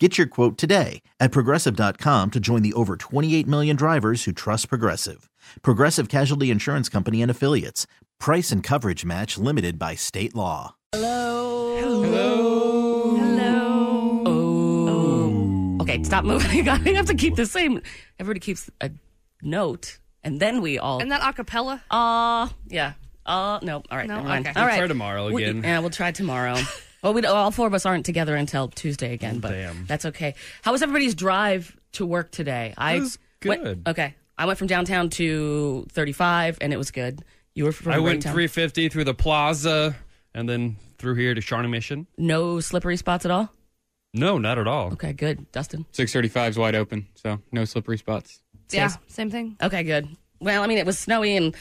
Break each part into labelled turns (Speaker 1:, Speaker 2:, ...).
Speaker 1: Get your quote today at progressive.com to join the over 28 million drivers who trust Progressive. Progressive Casualty Insurance Company and Affiliates. Price and coverage match limited by state law.
Speaker 2: Hello.
Speaker 3: Hello.
Speaker 2: Hello. Oh. Okay, stop moving. I have to keep the same. Everybody keeps a note, and then we all.
Speaker 3: And that acapella?
Speaker 2: Oh. Uh, yeah. Uh, no. All right.
Speaker 3: No?
Speaker 2: Never mind.
Speaker 3: Okay.
Speaker 2: All
Speaker 3: We'll
Speaker 2: right.
Speaker 4: try tomorrow
Speaker 2: We-
Speaker 4: again.
Speaker 2: yeah, we'll try tomorrow. well, we all four of us aren't together until Tuesday again, but
Speaker 4: Damn.
Speaker 2: that's okay. How was everybody's drive to work today? I
Speaker 4: It was
Speaker 2: went-
Speaker 4: good.
Speaker 2: okay, I went from downtown to 35, and it was good. You were from
Speaker 4: I went
Speaker 2: Ringtown.
Speaker 4: 350 through the plaza and then through here to Shawnee Mission.
Speaker 2: No slippery spots at all.
Speaker 4: No, not at all.
Speaker 2: Okay, good, Dustin.
Speaker 5: 635 is wide open, so no slippery spots.
Speaker 2: Yes.
Speaker 3: Yeah, same thing.
Speaker 2: Okay, good. Well, I mean, it was snowy and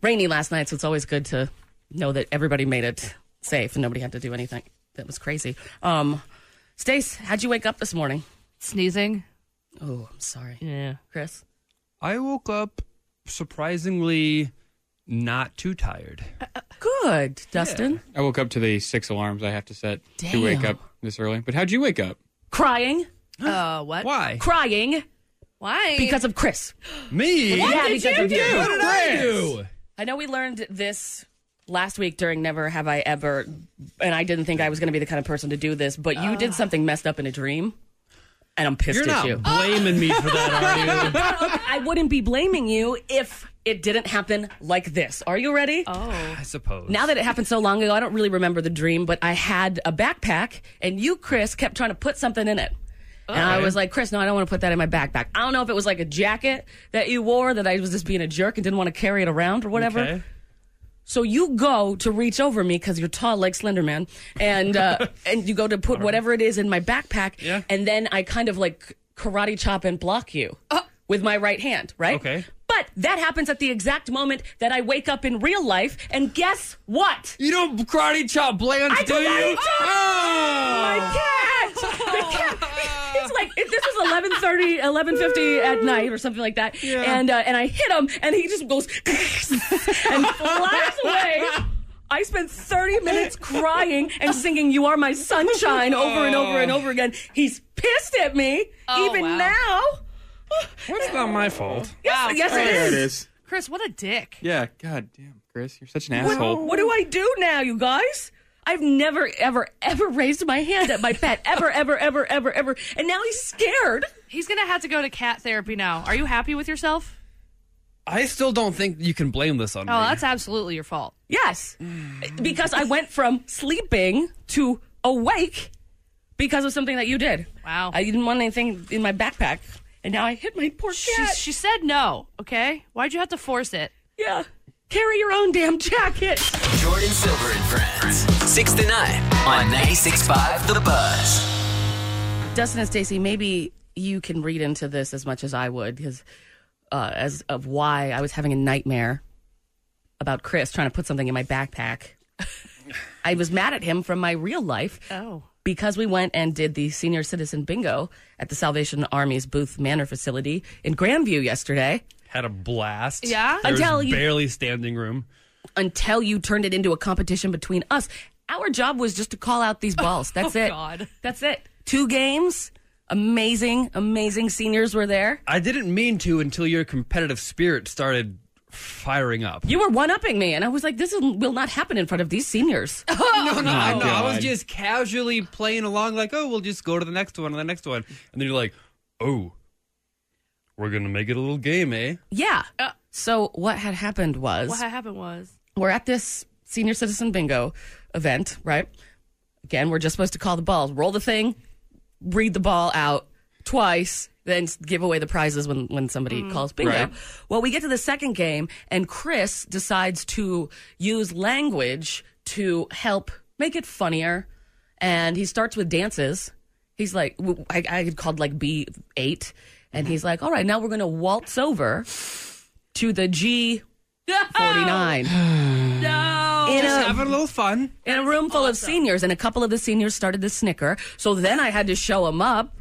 Speaker 2: rainy last night, so it's always good to know that everybody made it safe and nobody had to do anything. That was crazy. Um, Stace, how'd you wake up this morning?
Speaker 3: Sneezing.
Speaker 2: Oh, I'm sorry.
Speaker 3: Yeah.
Speaker 2: Chris?
Speaker 4: I woke up surprisingly not too tired.
Speaker 2: Good. Dustin?
Speaker 5: I woke up to the six alarms I have to set to wake
Speaker 2: Damn.
Speaker 5: up this early. But how'd you wake up?
Speaker 2: Crying.
Speaker 3: Uh, what?
Speaker 4: Why?
Speaker 2: Crying
Speaker 3: Why?
Speaker 2: because of Chris.
Speaker 4: Me?
Speaker 2: yeah, because of you.
Speaker 4: What did I do?
Speaker 2: I know we learned this last week during Never Have I Ever, and I didn't think I was going to be the kind of person to do this, but you
Speaker 3: Uh.
Speaker 2: did something messed up in a dream, and I'm pissed
Speaker 4: You're
Speaker 2: at
Speaker 4: not
Speaker 2: you.
Speaker 4: blaming me for that, are you?
Speaker 2: I wouldn't be blaming you if it didn't happen like this. Are you ready?
Speaker 3: oh.
Speaker 4: I suppose.
Speaker 2: Now that it happened so long ago, I don't really remember the dream, but I had a backpack and you, Chris, kept trying to put something in it. And I
Speaker 4: Okay.
Speaker 2: was like, Chris, no, I don't want to put that in my backpack. I don't know if it was like a jacket that you wore that I was just being a jerk and didn't want to carry it around or whatever.
Speaker 4: okay.
Speaker 2: So you go to reach over me because you're tall like Slender Man, and uh, and you go to put whatever it is in my backpack,
Speaker 4: Yeah.
Speaker 2: and then I kind of like karate chop and block you
Speaker 4: Oh.
Speaker 2: with my right hand, right?
Speaker 4: Okay.
Speaker 2: But that happens at the exact moment that I wake up in real life, and guess what?
Speaker 4: You don't karate chop Blanche,
Speaker 2: I
Speaker 4: do
Speaker 2: karate
Speaker 4: you?
Speaker 2: chop! My
Speaker 4: Oh!
Speaker 2: cat! The cat! It's like if this was 11:30, 11:50 at night or something like that, and uh, and I hit him, and he just goes and flies away. I spent 30 minutes crying and singing "You Are My Sunshine" over and over
Speaker 4: Oh.
Speaker 2: and over again. He's pissed at me
Speaker 3: Oh,
Speaker 2: even
Speaker 3: wow.
Speaker 2: now.
Speaker 4: That's not my fault.
Speaker 2: Yes, yes, it is.
Speaker 5: is.
Speaker 3: Chris, what a dick.
Speaker 5: Yeah, god damn, Chris, you're such an
Speaker 2: What,
Speaker 5: asshole.
Speaker 2: what do I do now, you guys? I've never, ever, ever raised my hand at my pet, ever, ever, ever, ever, ever, and now he's scared.
Speaker 3: He's going to have to go to cat therapy now. Are you happy with yourself?
Speaker 4: I still don't think you can blame this on
Speaker 3: Oh,
Speaker 4: me.
Speaker 3: that's absolutely your fault.
Speaker 2: Yes. because I went from sleeping to awake because of something that you did.
Speaker 3: Wow.
Speaker 2: I didn't want anything in my backpack. And now I hit my poor
Speaker 3: She,
Speaker 2: cat.
Speaker 3: she said no, okay? Why'd you have to force it?
Speaker 2: yeah. Carry your own damn jacket.
Speaker 6: Jordan Silver and Friends. 6 to 9 on 96.5 The Buzz.
Speaker 2: Dustin and Stacy, maybe you can read into this as much as I would because uh, as of why I was having a nightmare about Chris trying to put something in my backpack. I was mad at him from my real life.
Speaker 3: Oh.
Speaker 2: because we went and did the senior citizen bingo at the Salvation Army's Booth Manor facility in Grandview yesterday
Speaker 4: Had a blast.
Speaker 3: Yeah?
Speaker 4: There's
Speaker 2: Until you-
Speaker 4: barely standing room.
Speaker 2: until you turned it into a competition between us. Our job was just to call out these balls. That's
Speaker 3: Oh,
Speaker 2: it.
Speaker 3: God.
Speaker 2: That's it. Two games. Amazing, amazing seniors were there.
Speaker 4: I didn't mean to until your competitive spirit started firing up.
Speaker 2: You were one upping me, and I was like, this is, will not happen in front of these seniors.
Speaker 4: no,
Speaker 2: Oh,
Speaker 4: no, I know. I
Speaker 5: Oh,
Speaker 4: was
Speaker 5: God.
Speaker 4: just casually playing along, like, oh, we'll just go to the next one and the next one. And then you're like, oh, we're going to make it a little game, eh?
Speaker 2: yeah.
Speaker 3: Uh.
Speaker 2: so, what had happened was.
Speaker 3: What happened was.
Speaker 2: we're at this senior citizen bingo event, right? Again, we're just supposed to call the balls, roll the thing, read the ball out twice, then s- give away the prizes when, when somebody calls bingo.
Speaker 5: Right.
Speaker 2: Well, we get to the second game, and Chris decides to use language to help make it funnier. And he starts with dances. He's like, w- I, I had called like B8, and he's like, all right, now we're going to waltz over to the G 49.
Speaker 3: No.
Speaker 2: In
Speaker 4: Oh, Just
Speaker 2: a-
Speaker 4: having a little fun.
Speaker 2: in a room full of seniors, and a couple of the seniors started to snicker. So then I had to show them up.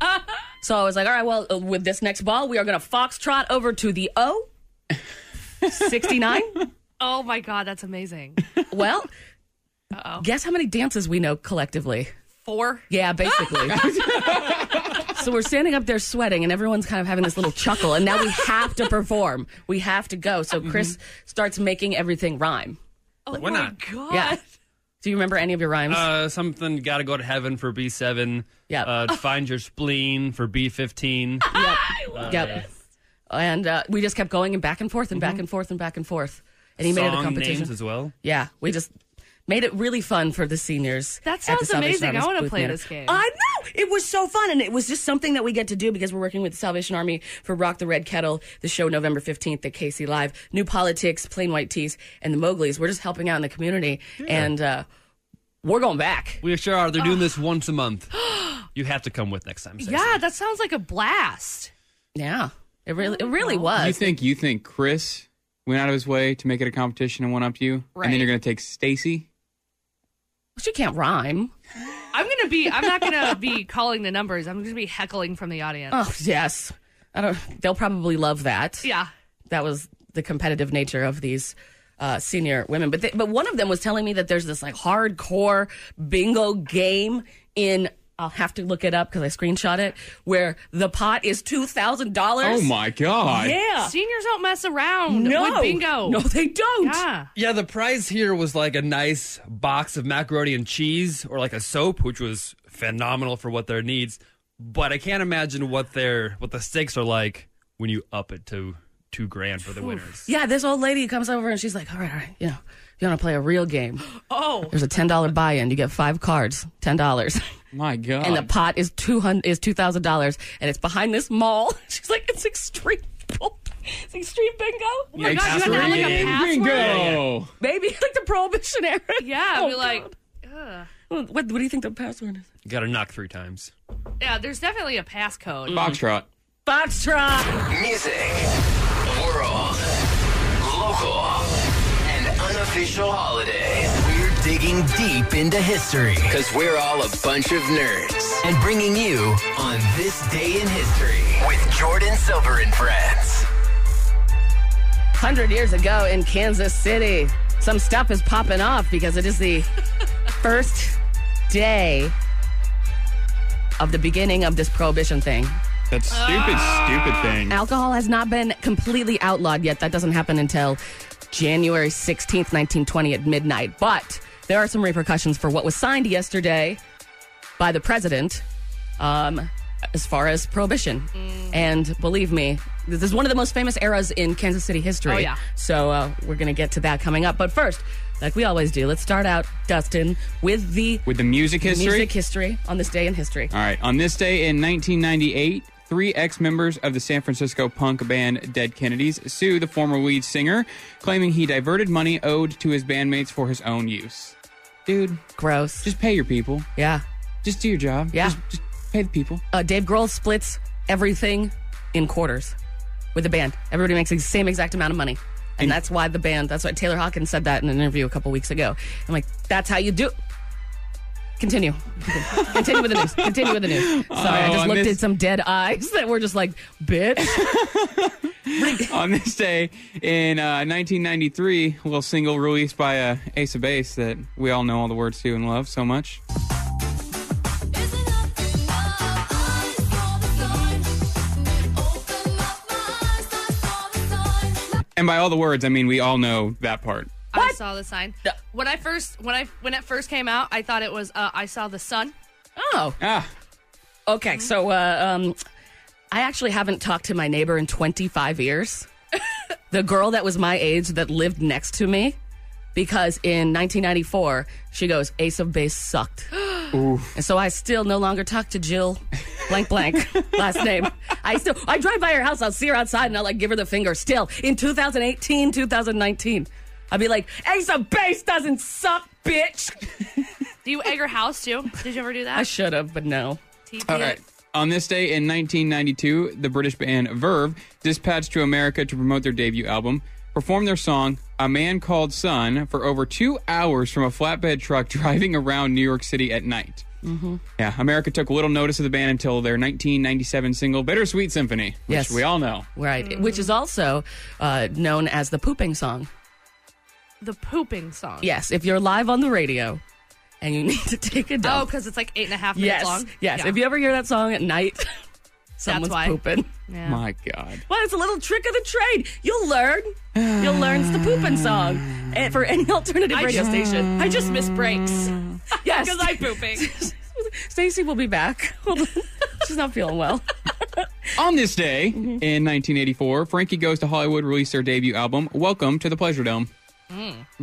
Speaker 2: so I was like, all right, well, uh, with this next ball, we are going to foxtrot over to the O. 69.
Speaker 3: oh my God, that's amazing.
Speaker 2: well, guess how many dances we know collectively?
Speaker 3: Four.
Speaker 2: Yeah, basically. so we're standing up there sweating, and everyone's kind of having this little chuckle. And now we have to perform. We have to go.
Speaker 4: Mm-hmm.
Speaker 2: So Chris starts making everything rhyme.
Speaker 3: Oh
Speaker 4: Why
Speaker 3: my
Speaker 4: not?
Speaker 3: God.
Speaker 2: Yeah. Do you remember any of your rhymes?
Speaker 4: Uh, something got to go to heaven for B seven.
Speaker 2: Yeah.
Speaker 4: Uh, find your spleen for B fifteen.
Speaker 2: yep. yep. And uh, we just kept going and back and forth and
Speaker 3: Mm-hmm.
Speaker 2: back and forth and back and forth. And he made it a
Speaker 4: Song
Speaker 2: competition.
Speaker 4: names as well.
Speaker 2: yeah, we just made it really fun for the seniors.
Speaker 3: That
Speaker 2: at the
Speaker 3: sounds
Speaker 2: Salvation
Speaker 3: amazing.
Speaker 2: Army's
Speaker 3: I wanna
Speaker 2: booth
Speaker 3: play
Speaker 2: manor.
Speaker 3: this game.
Speaker 2: I know it was so fun, and it was just something that we get to do because we're working with the Salvation Army for Rock the Red Kettle, the show November fifteenth at KC Live, New Politics, Plain White Tees, and the Mowglis. We're just helping out in the community, and uh, we're going back.
Speaker 4: We sure are. They're doing this once a month. You have to come with next time. Stacey.
Speaker 3: Yeah, that sounds like a blast.
Speaker 2: Yeah, it really, it really
Speaker 5: You
Speaker 2: was.
Speaker 5: think you think Chris went out of his way to make it a competition and one up you, and
Speaker 3: Right.
Speaker 5: then you're going to take Stacy?
Speaker 2: She can't rhyme.
Speaker 3: I'm gonna be. I'm not gonna be calling the numbers. I'm gonna be heckling from the audience.
Speaker 2: Oh yes, I don't. They'll probably love that.
Speaker 3: yeah.
Speaker 2: that was the competitive nature of these uh, senior women. But they, but one of them was telling me that there's this like hardcore bingo game in. I'll have to look it up because I screenshot it. Where the pot is two thousand
Speaker 5: Oh
Speaker 2: dollars.
Speaker 5: my God!
Speaker 2: Yeah.
Speaker 3: Seniors don't mess around
Speaker 2: No
Speaker 3: with bingo.
Speaker 2: No, they don't.
Speaker 3: Yeah.
Speaker 4: Yeah, the prize here was like a nice box of macaroni and cheese or like a soap, which was phenomenal for what their needs. But I can't imagine what their what the stakes are like when you up it to two grand for the winners.
Speaker 2: Yeah, this old lady comes over and she's like, "All right, all right, you know, you want to play a real game?
Speaker 3: Oh.
Speaker 2: There's a ten dollar buy-in. You get five cards, ten dollars."
Speaker 5: My God!
Speaker 2: and the pot is two hundred is two thousand dollars, and it's behind this mall. She's like, "Oh it's extreme, it's extreme bingo.
Speaker 3: my God, you had to have, like, a
Speaker 4: Extreme
Speaker 3: password?
Speaker 5: bingo. Oh.
Speaker 2: Maybe like the prohibition era.
Speaker 3: Yeah.
Speaker 2: Oh,
Speaker 3: be like.
Speaker 2: God.
Speaker 3: Ugh.
Speaker 2: what, what do you think the password is?
Speaker 4: Got to knock three times.
Speaker 3: Yeah. There's definitely a passcode.
Speaker 5: Foxtrot.
Speaker 2: Foxtrot.
Speaker 6: Music, world, local, and unofficial holiday. We're digging deep into history because we're all a bunch of nerds and bringing you on this day in history with Jordan Silver and friends.
Speaker 2: Hundred years ago in Kansas City, some stuff is popping off because it is the first day of the beginning of this prohibition thing.
Speaker 5: That stupid,
Speaker 2: Ah.
Speaker 5: stupid thing.
Speaker 2: Alcohol has not been completely outlawed yet. That doesn't happen until January 16th, 1920 at midnight. But there are some repercussions for what was signed yesterday by the president um, as far as prohibition.
Speaker 5: Mm.
Speaker 2: And believe me, this is one of the most famous eras in Kansas City history.
Speaker 3: Oh, yeah.
Speaker 2: So uh, we're going to get to that coming up. But first, like we always do, let's start out, Dustin, with the
Speaker 5: With the music history.
Speaker 2: music history on this day in history.
Speaker 5: All right. On this day in 1998, three ex members of the San Francisco punk band Dead Kennedys sue the former lead singer, claiming he diverted money owed to his bandmates for his own use. Dude,
Speaker 2: Gross.
Speaker 5: just pay your people.
Speaker 2: yeah.
Speaker 5: Just do your job.
Speaker 2: Yeah.
Speaker 5: Just, just pay the people.
Speaker 2: uh, Dave Grohl splits everything in quarters with the band. Everybody makes the same exact amount of money. And that's why the band, that's why Taylor Hawkins said that in an interview a couple weeks ago. I'm like, that's how you do. Continue. Continue with the news. Continue with the news. Sorry, I
Speaker 5: Oh,
Speaker 2: just
Speaker 5: I
Speaker 2: looked at
Speaker 5: missed-
Speaker 2: some dead eyes that were just like, bitch.
Speaker 5: on this day in uh, 1993, a little single released by uh, Ace of Base that we all know all the words to and love so much. And by all the words, I mean we all know that part.
Speaker 3: I saw the sign. When I first when I when it first came out, I thought it was uh, I saw the sun.
Speaker 2: Oh,
Speaker 5: Ah,
Speaker 2: okay. So, uh, um, I actually haven't talked to my neighbor in 25 years. the girl that was my age that lived next to me, because in 1994, she goes, Ace of Base sucked. And so I still no longer talk to Jill, blank, blank, last name. I still, I drive by her house, I'll see her outside and I'll like give her the finger still in 2018, 2019. I'll be like, Ace of Base doesn't suck, bitch.
Speaker 3: Do you egg your house too? Did you ever do that?
Speaker 2: I should have, but no.
Speaker 3: TP
Speaker 5: all
Speaker 3: it.
Speaker 5: right. On this day in 1992, the British band Verve, dispatched to America to promote their debut album, performed their song a man called Son for over two hours from a flatbed truck driving around New York City at night. Mm-hmm. Yeah, America took little notice of the band until their 1997 single Bittersweet Symphony, which
Speaker 2: Yes.
Speaker 5: we all know.
Speaker 2: Right.
Speaker 3: Mm.
Speaker 2: Which is also uh, known as the pooping song.
Speaker 3: The pooping song.
Speaker 2: Yes. If you're live on the radio and you need to take a
Speaker 3: Oh,
Speaker 2: dump.
Speaker 3: because it's like eight and a half minutes
Speaker 2: yes.
Speaker 3: long.
Speaker 2: Yes.
Speaker 3: Yeah.
Speaker 2: If you ever hear that song at night, someone's
Speaker 3: why.
Speaker 2: pooping.
Speaker 3: Yeah.
Speaker 5: My God.
Speaker 7: Well, it's a little trick of the trade. You'll learn. You'll learn it's the pooping song eh, for any alternative radio station.
Speaker 3: I just miss breaks
Speaker 7: Yes.
Speaker 3: because I'm pooping.
Speaker 2: Stacy will be back. Hold on. She's not feeling well.
Speaker 5: On this day
Speaker 2: Mm-hmm.
Speaker 5: in 1984, Frankie Goes to Hollywood released their debut album, Welcome to the Pleasure Dome.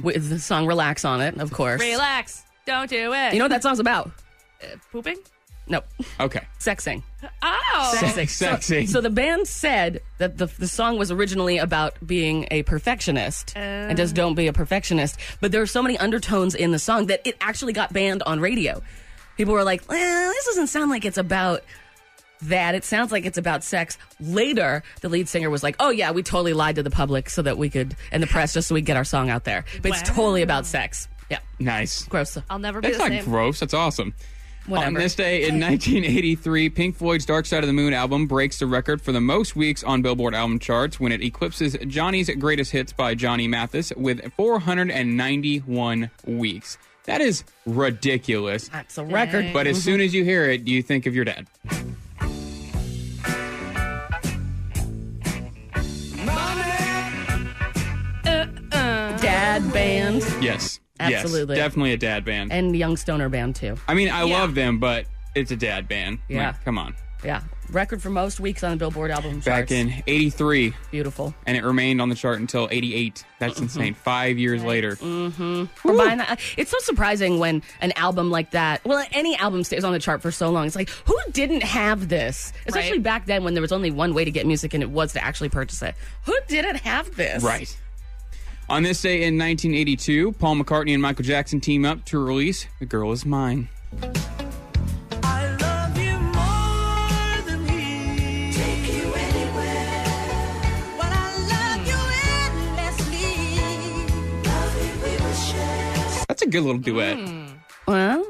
Speaker 2: With the song Relax on it, of course.
Speaker 3: Mm. Relax. Don't do it. Uh,
Speaker 2: You know what that song's about?
Speaker 3: pooping.
Speaker 2: No,
Speaker 5: Okay.
Speaker 2: sexing.
Speaker 3: Oh.
Speaker 2: Sexing.
Speaker 5: Sexing.
Speaker 2: So, so the band said that the, the song was originally about being a perfectionist and just
Speaker 3: Oh.
Speaker 2: don't be a perfectionist. But there were so many undertones in the song that it actually got banned on radio. People were like, well, this doesn't sound like it's about that. It sounds like it's about sex. Later, the lead singer was like, oh, yeah, we totally lied to the public so that we could, and the press, just so we could get our song out there. But it's
Speaker 3: Wow.
Speaker 2: totally about sex. Yeah.
Speaker 5: Nice.
Speaker 2: Gross.
Speaker 3: I'll never be
Speaker 5: That's
Speaker 3: the
Speaker 5: not
Speaker 3: same.
Speaker 5: gross. That's awesome. On
Speaker 2: Whatever.
Speaker 5: this day in 1983, Pink Floyd's Dark Side of the Moon album breaks the record for the most weeks on Billboard album charts when it eclipses Johnny's Greatest Hits by Johnny Mathis with 491 weeks. That is ridiculous.
Speaker 2: That's a record.
Speaker 5: But as soon as you hear it, you think of your dad.
Speaker 3: Uh,
Speaker 2: Dad band
Speaker 5: Yes.
Speaker 2: Absolutely.
Speaker 5: Yes, definitely a dad band.
Speaker 2: and Young Stoner band, too.
Speaker 5: I mean, I love them, but it's a dad band.
Speaker 2: Yeah.
Speaker 5: Like, come on.
Speaker 2: Yeah, record for most weeks on the Billboard album
Speaker 5: Back
Speaker 2: charts.
Speaker 5: in 83,
Speaker 2: beautiful. Mm-hmm.
Speaker 5: and it remained on the chart until 88. That's insane. Five years later.
Speaker 2: We're buying that. It's so surprising when an album like that, well, any album stays on the chart for so long. It's like who didn't have this, especially
Speaker 3: Right.
Speaker 2: back then when there was only one way to get music and it was to actually purchase it. Who didn't have this?
Speaker 5: Right. On this day in 1982, Paul McCartney and Michael Jackson team up to release The Girl Is Mine. That's a good little duet.
Speaker 2: Mm, Well,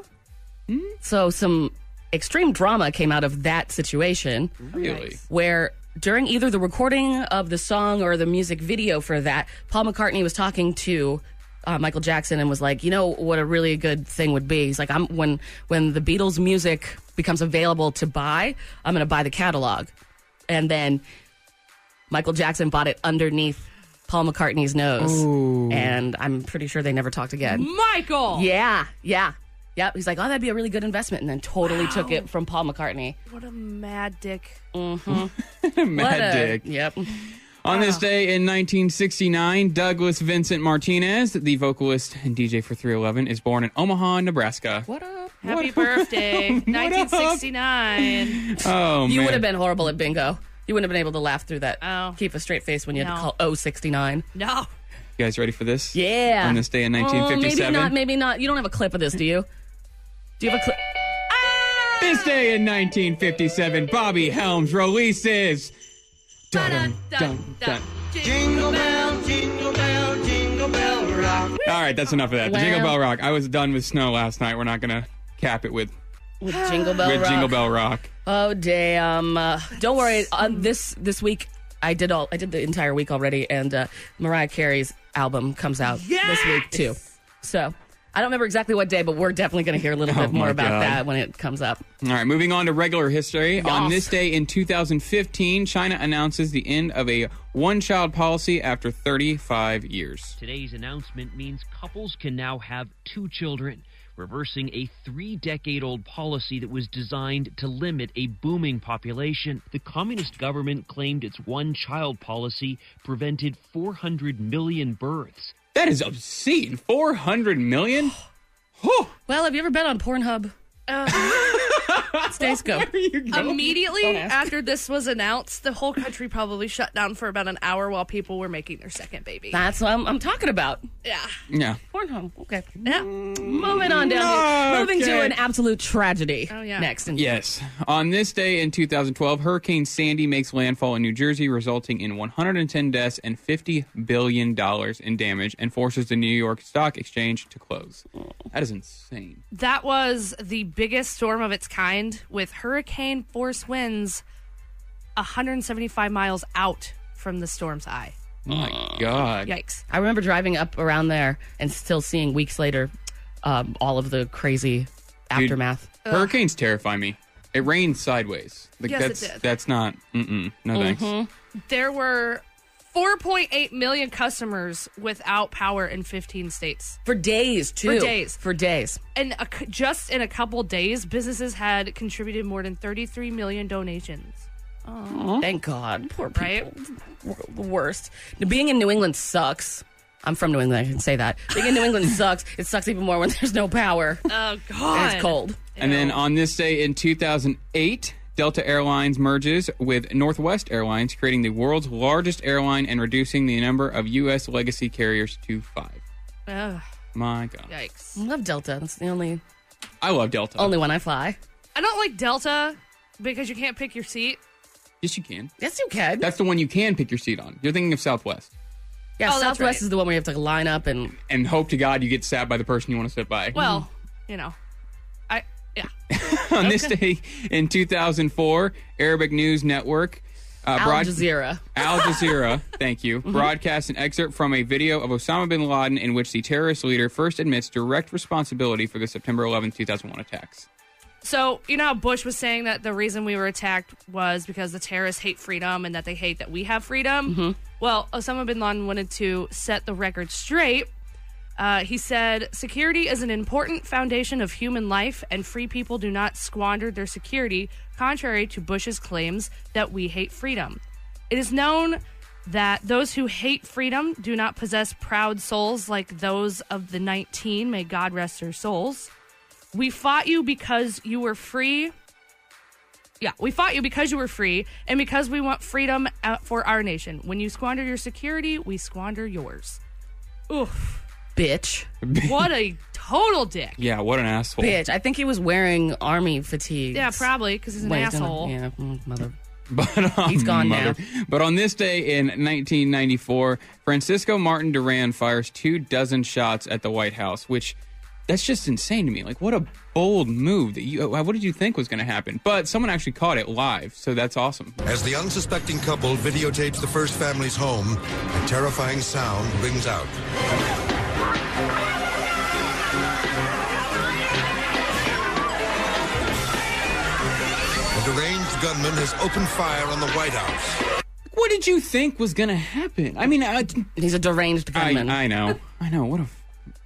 Speaker 2: so some extreme drama came out of that situation.
Speaker 5: Really?
Speaker 2: where during either the recording of the song or the music video for that, Paul McCartney was talking to uh, Michael Jackson and was like, "You know what a really good thing would be?" He's like, "I'm when when the Beatles music becomes available to buy, I'm going to buy the catalog." And then Michael Jackson bought it underneath Paul McCartney's nose, and I'm pretty sure they never talked
Speaker 3: Hmm.
Speaker 2: again.
Speaker 3: Michael.
Speaker 2: Yeah, yeah. Yep, he's like, oh, that'd be a really good investment, and then totally took it from Paul McCartney.
Speaker 3: What a mad dick.
Speaker 2: Mm-hmm. What
Speaker 5: Mad
Speaker 2: a-
Speaker 5: dick.
Speaker 2: Yep.
Speaker 5: On this day in 1969, Douglas Vincent Martinez, the vocalist and DJ for 311, is born in Omaha, Nebraska.
Speaker 2: What up?
Speaker 3: Happy birthday, 1969.
Speaker 5: Oh,
Speaker 2: You
Speaker 5: man.
Speaker 2: would have been horrible at bingo. You wouldn't have been able to laugh through that.
Speaker 3: Oh.
Speaker 2: Keep a straight face when you had
Speaker 3: No.
Speaker 2: to call 069.
Speaker 3: No.
Speaker 5: You guys ready for this?
Speaker 2: Yeah.
Speaker 5: On this day in
Speaker 2: Oh, maybe
Speaker 5: 1957.
Speaker 2: not. Maybe not. You don't have a clip of this, do you? Do you have a clip?
Speaker 5: This day in 1957, Bobby Helms releases. Dun, dun, dun. All right, that's enough of that. The Jingle
Speaker 2: Wow.
Speaker 5: Bell Rock. I was done with snow last night. We're not gonna cap it with
Speaker 2: With Jingle Bell
Speaker 5: with
Speaker 2: Rock.
Speaker 5: Jingle Bell Rock.
Speaker 2: Oh damn! Uh, don't worry. On this this week, I did all. I did the entire week already, and uh, Mariah Carey's album comes out this week too. So I don't remember exactly what day, but we're definitely going to hear a little
Speaker 5: Oh,
Speaker 2: bit more
Speaker 5: my
Speaker 2: about
Speaker 5: God.
Speaker 2: that when it comes up.
Speaker 5: All right, moving on to regular history. On
Speaker 2: Yas.
Speaker 5: this day in 2015, China announces the end of a one-child policy after 35 years.
Speaker 8: Today's announcement means couples can now have two children, reversing a three decade old policy that was designed to limit a booming population. The communist government claimed its one child policy prevented 400 million births.
Speaker 5: That is obscene. 400 million. Whew.
Speaker 2: Well, have you ever been on Pornhub? Stays go.
Speaker 3: Immediately after this was announced, the whole country probably shut down for about an hour while people were making their second baby.
Speaker 2: That's what I'm, I'm talking about.
Speaker 3: Yeah.
Speaker 5: Yeah.
Speaker 2: Pornhub. Okay. Yeah.
Speaker 3: Mm.
Speaker 2: Moving on down. here. Moving to
Speaker 5: okay.
Speaker 2: an absolute tragedy.
Speaker 3: Oh, yeah.
Speaker 2: Next. And
Speaker 5: Yes. On this day in 2012, Hurricane Sandy makes landfall in New Jersey, resulting in 110 deaths and $50 billion in damage and forces the New York Stock Exchange to close. That is insane.
Speaker 3: That was the biggest storm of its kind with hurricane force winds 175 miles out from the storm's eye.
Speaker 5: Oh my God.
Speaker 3: Yikes.
Speaker 2: I remember driving up around there and still seeing weeks later um, all of the crazy aftermath.
Speaker 5: Hurricanes terrify me. It rained sideways. Like,
Speaker 3: Yes, it
Speaker 5: that's,
Speaker 3: did.
Speaker 5: That's not. Mm-mm. No Oh,
Speaker 3: Mm-hmm.
Speaker 5: thanks.
Speaker 2: Mm-hmm.
Speaker 3: There were 4.8 million customers without power in 15 states.
Speaker 2: For days, too.
Speaker 3: For days.
Speaker 2: For days.
Speaker 3: And a, c- just in a couple days, businesses had contributed more than 33 million donations.
Speaker 2: Thank God. Poor people.
Speaker 3: Right?
Speaker 2: W- The worst. Being in New England sucks. I'm from New England. I can say that. Being in New England sucks. It sucks even more when there's no power.
Speaker 3: Oh,
Speaker 2: and
Speaker 3: God.
Speaker 2: it's cold.
Speaker 5: And then on this day in 2008, Delta Airlines merges with Northwest Airlines, creating the world's largest airline and reducing the number of U.S. legacy carriers to five.
Speaker 3: Ugh,
Speaker 5: My God.
Speaker 3: yikes.
Speaker 2: I love Delta. That's the only
Speaker 5: I love Delta.
Speaker 2: only one I fly.
Speaker 3: I don't like Delta because you can't pick your seat.
Speaker 5: yes, you can.
Speaker 2: Yes, you can.
Speaker 5: That's the one you can pick your seat on. You're thinking of Southwest.
Speaker 2: yeah,
Speaker 3: Oh, that's
Speaker 2: Southwest
Speaker 3: right.
Speaker 2: is the one where you have to line up and
Speaker 5: And hope to God you get stabbed by the person you want to sit by.
Speaker 3: Well, you know, I, yeah.
Speaker 5: on this day in 2004, Arabic News Network. Uh,
Speaker 2: Al
Speaker 5: broad-
Speaker 2: Jazeera. Mm-hmm.
Speaker 5: Al Jazeera, thank you, broadcast an excerpt from a video of Osama bin Laden in which the terrorist leader first admits direct responsibility for the September 11, 2001 attacks.
Speaker 3: So, you know how Bush was saying that the reason we were attacked was because the terrorists hate freedom and that they hate that we have
Speaker 2: Mm-hmm.
Speaker 3: freedom? Well, Osama bin Laden wanted to set the record straight. Uh, he said, Security is an important foundation of human life, and free people do not squander their security, contrary to Bush's claims that we hate freedom. It is known that those who hate freedom do not possess proud souls like those of the 19. May God rest their souls. We fought you because you were free. Yeah, we fought you because you were free and because we want freedom uh, for our nation. When you squander your security, we squander yours. Oof.
Speaker 2: Bitch.
Speaker 3: What a total dick.
Speaker 5: Yeah, what an asshole.
Speaker 2: Bitch. I think he was wearing army fatigues.
Speaker 3: Yeah, probably because he's an
Speaker 2: Wait, he's done it.
Speaker 3: asshole.
Speaker 2: Yeah, mm, mother.
Speaker 5: But um,
Speaker 2: He's gone now.
Speaker 5: But on this day in 1994, Francisco Martin Duran fires two dozen shots at the White House, which that's just insane to me. Like, what a bold move! That you, uh, what did you think was going to happen? But someone actually caught it live, so that's awesome.
Speaker 9: As the unsuspecting couple videotapes the first family's home, a terrifying sound rings out. A deranged gunman has opened fire on the White House.
Speaker 5: What did you think was going to happen? I mean, uh, I,
Speaker 2: He's a deranged
Speaker 5: I,
Speaker 2: gunman.
Speaker 5: I know, I know. What a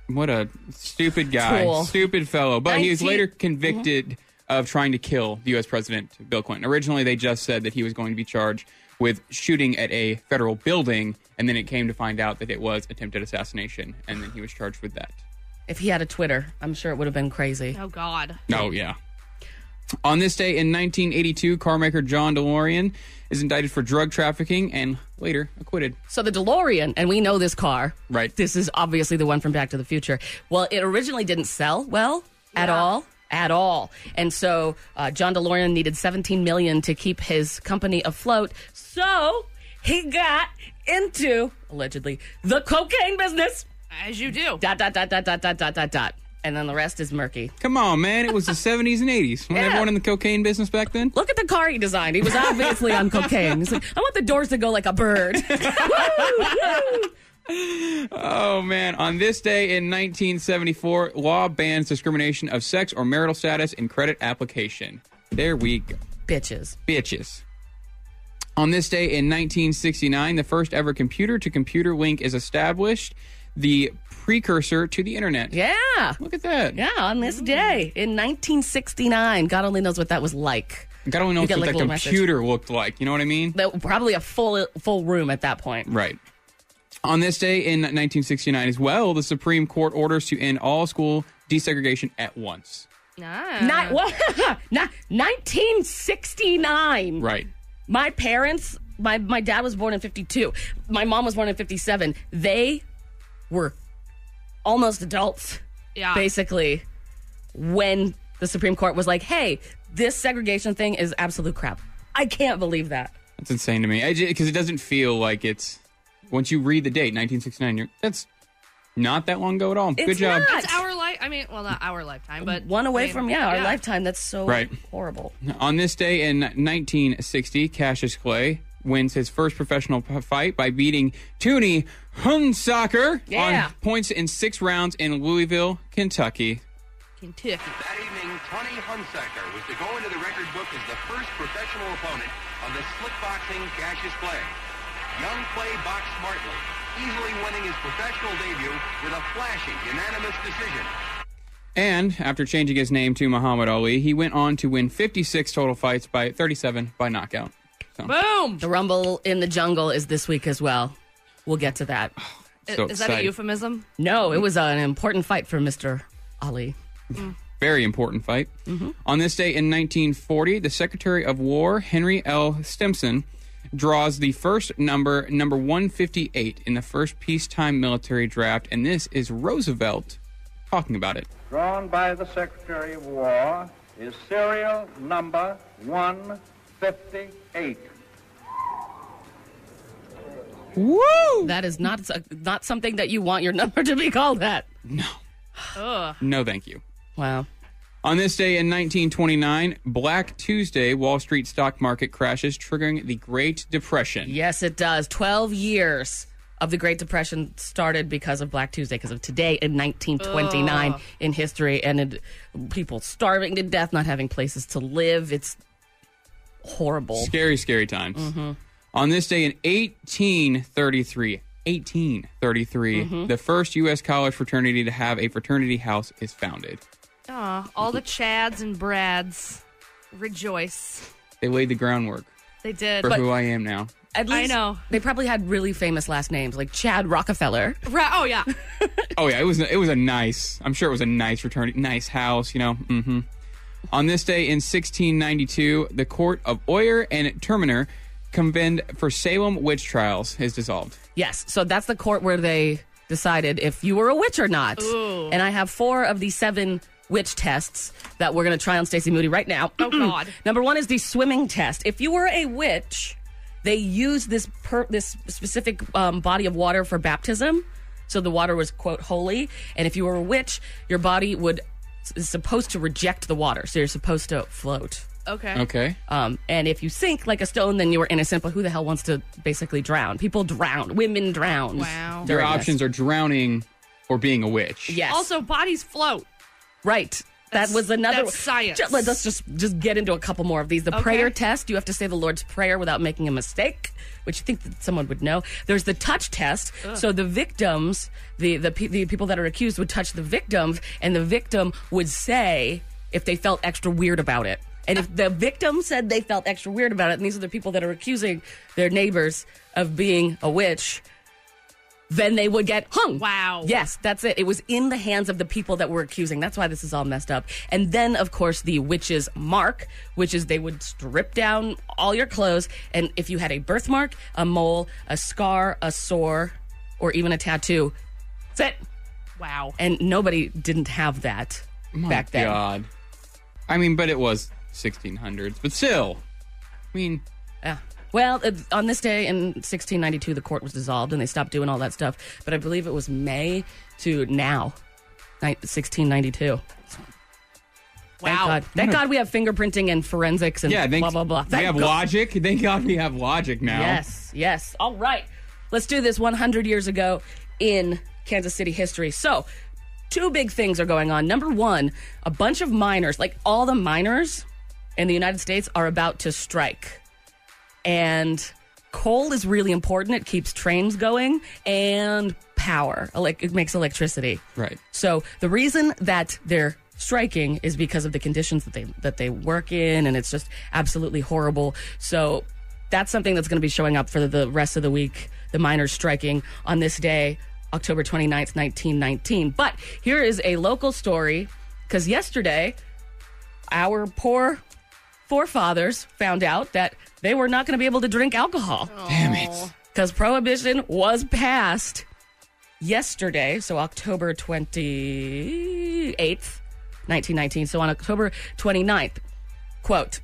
Speaker 5: what a stupid guy,
Speaker 2: Tool.
Speaker 5: stupid fellow. But he was
Speaker 2: 19
Speaker 5: later convicted of trying to kill the U.S. President Bill Clinton. Originally, they just said that he was going to be charged with shooting at a federal building, and then it came to find out that it was attempted assassination, and then he was charged with that.
Speaker 2: if he had a Twitter, I'm sure it would have been crazy.
Speaker 3: Oh, God.
Speaker 5: Oh yeah. On this day in 1982, carmaker John DeLorean is indicted for drug trafficking and later acquitted.
Speaker 2: So the DeLorean, and we know this car.
Speaker 5: Right.
Speaker 2: This is obviously the one from Back to the Future. Well, it originally didn't sell well at all. At all, and so uh, John DeLorean needed 17 million to keep his company afloat. So he got into allegedly the cocaine business.
Speaker 3: As you do.
Speaker 2: Dot dot dot dot dot dot dot dot dot, and then the rest is murky.
Speaker 5: Come on, man! It was the 70s and 80s. Wasn't everyone in the cocaine business back then?
Speaker 2: Look at the car he designed. He was obviously on cocaine. He's like, I want the doors to go like a bird.
Speaker 5: Oh man, on this day in 1974, law bans discrimination of sex or marital status in credit application. There we go.
Speaker 2: Bitches.
Speaker 5: Bitches. On this day in 1969, the first ever computer to computer link is established, the precursor to the internet.
Speaker 2: Yeah.
Speaker 5: Look at that.
Speaker 2: Yeah, on this day in 1969. God only knows what that was like.
Speaker 5: God only
Speaker 2: You
Speaker 5: knows
Speaker 2: get,
Speaker 5: what
Speaker 2: like, a
Speaker 5: that
Speaker 2: little message.
Speaker 5: computer looked like. You know what I mean?
Speaker 2: That, probably a full full room at that point.
Speaker 5: Right. On this day in 1969 as well, the Supreme Court orders to end all school desegregation at once.
Speaker 7: Not what? Not 1969.
Speaker 5: Right.
Speaker 7: My parents, my my dad was born in 52. My mom was born in 57. They were almost adults
Speaker 3: Yeah.
Speaker 7: basically when the Supreme Court was like, "Hey, this segregation thing is absolute crap." I can't believe that.
Speaker 5: That's insane to me. Because it doesn't feel like it's. Once you read the date, 1969, you're, that's not that long ago at all. Good job.
Speaker 7: not.
Speaker 3: It's our life. I mean, well, not our lifetime, but
Speaker 7: One
Speaker 3: I
Speaker 7: away
Speaker 3: mean,
Speaker 7: from yeah, our lifetime. That's so
Speaker 5: Right.
Speaker 7: horrible.
Speaker 5: On this day in 1960, Cassius Clay wins his first professional p- fight by beating Toonie Hunsaker
Speaker 7: Yeah.
Speaker 5: on points in six rounds in Louisville, Kentucky.
Speaker 3: Kentucky.
Speaker 10: That evening, Tony Hunsaker was to go into the record book as the first professional opponent of the slick boxing Cassius Clay. Young Clay boxed smartly, easily winning his professional debut with a flashing unanimous decision.
Speaker 5: And after changing his name to Muhammad Ali, he went on to win 56 total fights by 37 by knockout. So,
Speaker 3: Boom.
Speaker 2: The Rumble in the Jungle is this week as well. We'll get to that.
Speaker 5: so
Speaker 3: is that a
Speaker 5: excited.
Speaker 3: euphemism?
Speaker 2: No, it was an important fight for Mr. Ali.
Speaker 5: Very important fight.
Speaker 3: Mm-hmm.
Speaker 5: On this day in 1940, the Secretary of War, Henry L. Stimson, draws the first number, number 158, in the first peacetime military draft, and this is Roosevelt talking about it.
Speaker 11: drawn by the Secretary of War is serial number 158.
Speaker 2: That is not not something that you want your number to be called that.
Speaker 5: No, thank you.
Speaker 2: Wow.
Speaker 5: On this day in 1929, Black Tuesday, Wall Street stock market crashes, triggering the Great Depression.
Speaker 2: Yes, it does. 12 years of the Great Depression started because of Black Tuesday, because of today in 1929 in history, and it, people starving to death, not having places to live. It's horrible. Mm-hmm.
Speaker 5: Scary, scary times.
Speaker 2: Mm.
Speaker 5: On this day in 1833, 1833, the first U.S. college fraternity to have a fraternity house is founded.
Speaker 3: Aw, all the Chads and Brads rejoice.
Speaker 5: They laid the groundwork
Speaker 3: They did.
Speaker 5: for who I am now.
Speaker 2: At
Speaker 3: I
Speaker 2: least
Speaker 3: know.
Speaker 2: They probably had really famous last names like Chad Rockefeller.
Speaker 3: Right, oh yeah.
Speaker 5: Oh yeah, it was it was a nice. I'm sure it was a nice fraternity, nice house. You know. hmm On this day in 1692, the court of Oyer and Terminer convened for Salem witch trials is dissolved.
Speaker 2: Yes. So that's the court where they decided if you were a witch or not. And I have four of the seven witch tests that we're going to try on Stacey Moody right now.
Speaker 3: Oh, God.
Speaker 2: Number one is the swimming test. If you were a witch, they used this per- this specific um, body of water for baptism. So the water was quote holy, and if you were a witch, your body would is supposed to reject the water, so you're supposed to float.
Speaker 3: Okay.
Speaker 5: Okay.
Speaker 2: Um, and if you sink like a stone, then you were innocent. But who the hell wants to basically drown? People drown. Women drown.
Speaker 3: Wow.
Speaker 5: Your
Speaker 2: during this.
Speaker 5: options are drowning or being a witch.
Speaker 2: Yes.
Speaker 3: Also, bodies float.
Speaker 2: Right. That
Speaker 3: That's-
Speaker 2: was another
Speaker 3: that's science.
Speaker 2: Ju- let's just just get into a couple more of these. The
Speaker 3: Okay.
Speaker 2: prayer test. You have to say the Lord's prayer without making a mistake, which you think that someone would know. There's the touch test. So the victims, the the pe- the people that are accused would touch the victims, and the victim would say if they felt extra weird about it. And if the victim said they felt extra weird about it, and these are the people that are accusing their neighbors of being a witch, then they would get hung.
Speaker 3: Wow.
Speaker 2: Yes, that's it. It was in the hands of the people that were accusing. That's why this is all messed up. And then, of course, the witch's mark, which is they would strip down all your clothes. And if you had a birthmark, a mole, a scar, a sore, or even a tattoo, that's it.
Speaker 3: Wow.
Speaker 2: And nobody didn't have that back then.
Speaker 5: God. I mean, but it was 1600s, but still. I mean,
Speaker 2: Yeah. Well, it, on this day in 1692, the court was dissolved and they stopped doing all that stuff. But I believe it was May to now, ni- 1692. Thank
Speaker 3: Wow.
Speaker 2: God. Thank God we have fingerprinting and forensics and
Speaker 5: Hmm. yeah, thank,
Speaker 2: blah, blah, blah.
Speaker 5: we have
Speaker 2: God.
Speaker 5: logic. Thank God we have logic now.
Speaker 2: Yes, yes. All right. Let's do this 100 years ago in Kansas City history. So, two big things are going on. Number one, a bunch of miners, like all the miners in the United States, are about to strike. And coal is really important. It keeps trains going and power. Elec- It makes electricity.
Speaker 5: Right.
Speaker 2: So the reason that they're striking is because of the conditions that they that they work in, and it's just absolutely horrible. So that's something that's going to be showing up for the rest of the week. The miners striking on this day, October 29th, 1919. But here is a local story because yesterday our poor forefathers found out that they were not going to be able to drink alcohol.
Speaker 5: Damn it.
Speaker 2: Because prohibition was passed yesterday, so October 28th, 1919. So on October 29th, quote,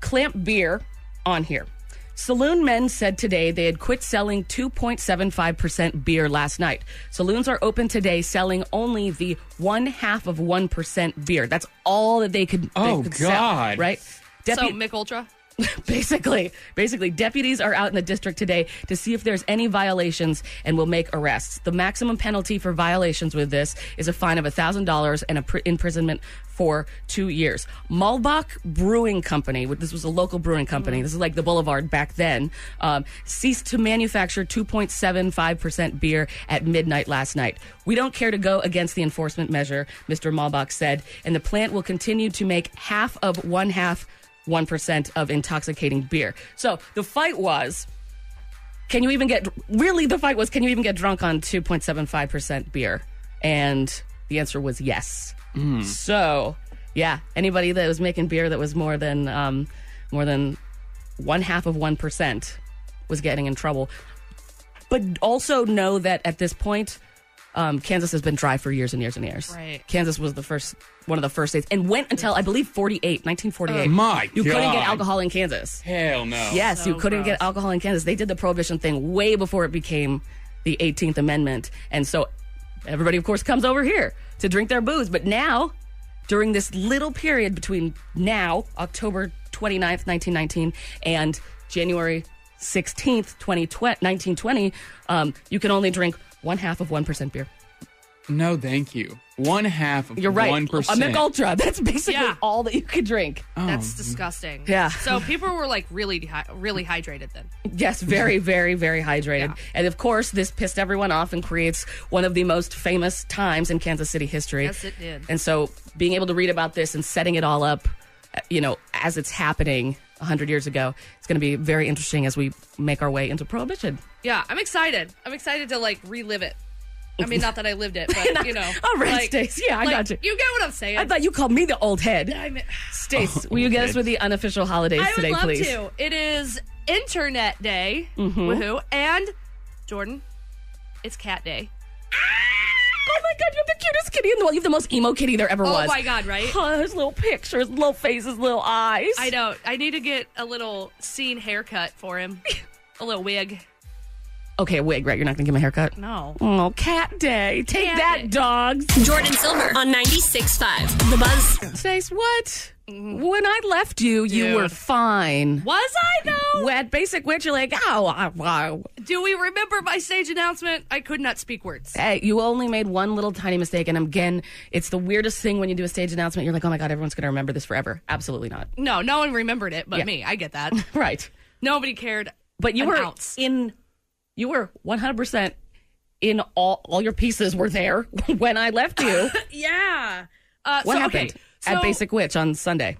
Speaker 2: clamp beer on here. Saloon men said today they had quit selling 2.75% beer last night. Saloons are open today selling only the one half of 1% beer. That's all that they could, they
Speaker 5: Oh,
Speaker 2: could sell,
Speaker 5: God.
Speaker 2: right?
Speaker 3: so
Speaker 2: Depu-
Speaker 3: Mick Ultra.
Speaker 2: basically, basically, deputies are out in the district today to see if there's any violations and will make arrests. The maximum penalty for violations with this is a fine of $1,000 and a pr- imprisonment for two years. Malbach Brewing Company, which- this was a local brewing company, this is like the Boulevard back then, um, ceased to manufacture 2.75% beer at midnight last night. We don't care to go against the enforcement measure, Mr. Malbach said, and the plant will continue to make half of one half 1% of intoxicating beer. So the fight was can you even get really the fight was can you even get drunk on 2.75% beer? And the answer was yes.
Speaker 5: Mm-hmm. Mm.
Speaker 2: So, yeah, anybody that was making beer that was more than um more than one half of 1% was getting in trouble. But also know that at this point um, Kansas has been dry for years and years and years.
Speaker 3: Right.
Speaker 2: Kansas was the first one of the first states and went until I believe 48, 1948.
Speaker 5: Oh My
Speaker 2: You couldn't
Speaker 5: God.
Speaker 2: get alcohol in Kansas.
Speaker 5: Hell no.
Speaker 2: Yes, you
Speaker 3: Oh, So
Speaker 2: couldn't
Speaker 3: gross.
Speaker 2: get alcohol in Kansas. They did the prohibition thing way before it became the 18th Amendment. And so everybody, of course, comes over here to drink their booze. But now, during this little period between now, October 29th, 1919, and January 16th, 2020, 1920, um, you can only drink one half of 1% beer.
Speaker 5: No, thank you. One half of
Speaker 2: You're right.
Speaker 5: One
Speaker 2: A Mick Ultra. That's basically
Speaker 3: Yeah. Oh,
Speaker 2: all that you could drink.
Speaker 3: That's disgusting.
Speaker 2: Oh. Yeah.
Speaker 3: So people were like really, dehy- really hydrated then.
Speaker 2: Yes, very, very, very hydrated. And of course, this pissed everyone off and creates one of the most famous times in Kansas City history.
Speaker 3: Yes, it did.
Speaker 2: And so, being able to read about this and setting it all up, uh, you know, as it's happening 100 years ago, it's going to be very interesting as we make our way into Prohibition.
Speaker 3: Yeah, I'm excited. I'm excited to like relive it. I mean, not that I lived it, but you know,
Speaker 2: All right,
Speaker 3: like-
Speaker 2: Stace. Yeah, I
Speaker 3: like,
Speaker 2: got you.
Speaker 3: You get what I'm saying?
Speaker 2: I thought you called me the old head.
Speaker 3: I mean,
Speaker 2: Stace, will you get us with the unofficial holidays
Speaker 3: I would
Speaker 2: today,
Speaker 3: love
Speaker 2: please? Mm-hmm.
Speaker 3: to. It is Internet Day. Woohoo! And Jordan, it's Cat Day.
Speaker 2: Oh my god, you're the cutest kitty in the world. You're the most emo kitty there ever
Speaker 3: Oh
Speaker 2: was.
Speaker 3: my God, right?
Speaker 2: Oh, his little pictures, little faces, little eyes.
Speaker 3: I know. I need to get a little scene haircut for him. A little wig.
Speaker 2: Okay, a wig, right? You're not gonna give him a haircut?
Speaker 3: No.
Speaker 2: Oh, cat day. Take
Speaker 3: Cat
Speaker 2: that,
Speaker 3: day.
Speaker 2: dogs.
Speaker 12: Jordan Silver on 96.5. The Buzz.
Speaker 2: Says what? When I left you, you were fine.
Speaker 3: Was I though?
Speaker 2: At Basic Witch, you're like, oh, wow, wow.
Speaker 3: Do we remember my stage announcement? I could not speak words.
Speaker 2: Hey, you only made one little tiny mistake. And again, it's the weirdest thing when you do a stage announcement. You're like, oh my God, everyone's going to remember this forever. Absolutely not.
Speaker 3: No, no one remembered it but
Speaker 2: Yeah.
Speaker 3: me. I get that.
Speaker 2: Right.
Speaker 3: Nobody cared.
Speaker 2: But you
Speaker 3: an
Speaker 2: were
Speaker 3: ounce.
Speaker 2: in, you were 100% in all, all your pieces were there when I left you.
Speaker 3: Yeah. Uh,
Speaker 2: What
Speaker 3: so,
Speaker 2: happened
Speaker 3: Okay,
Speaker 2: at
Speaker 3: so-
Speaker 2: Basic Witch on Sunday?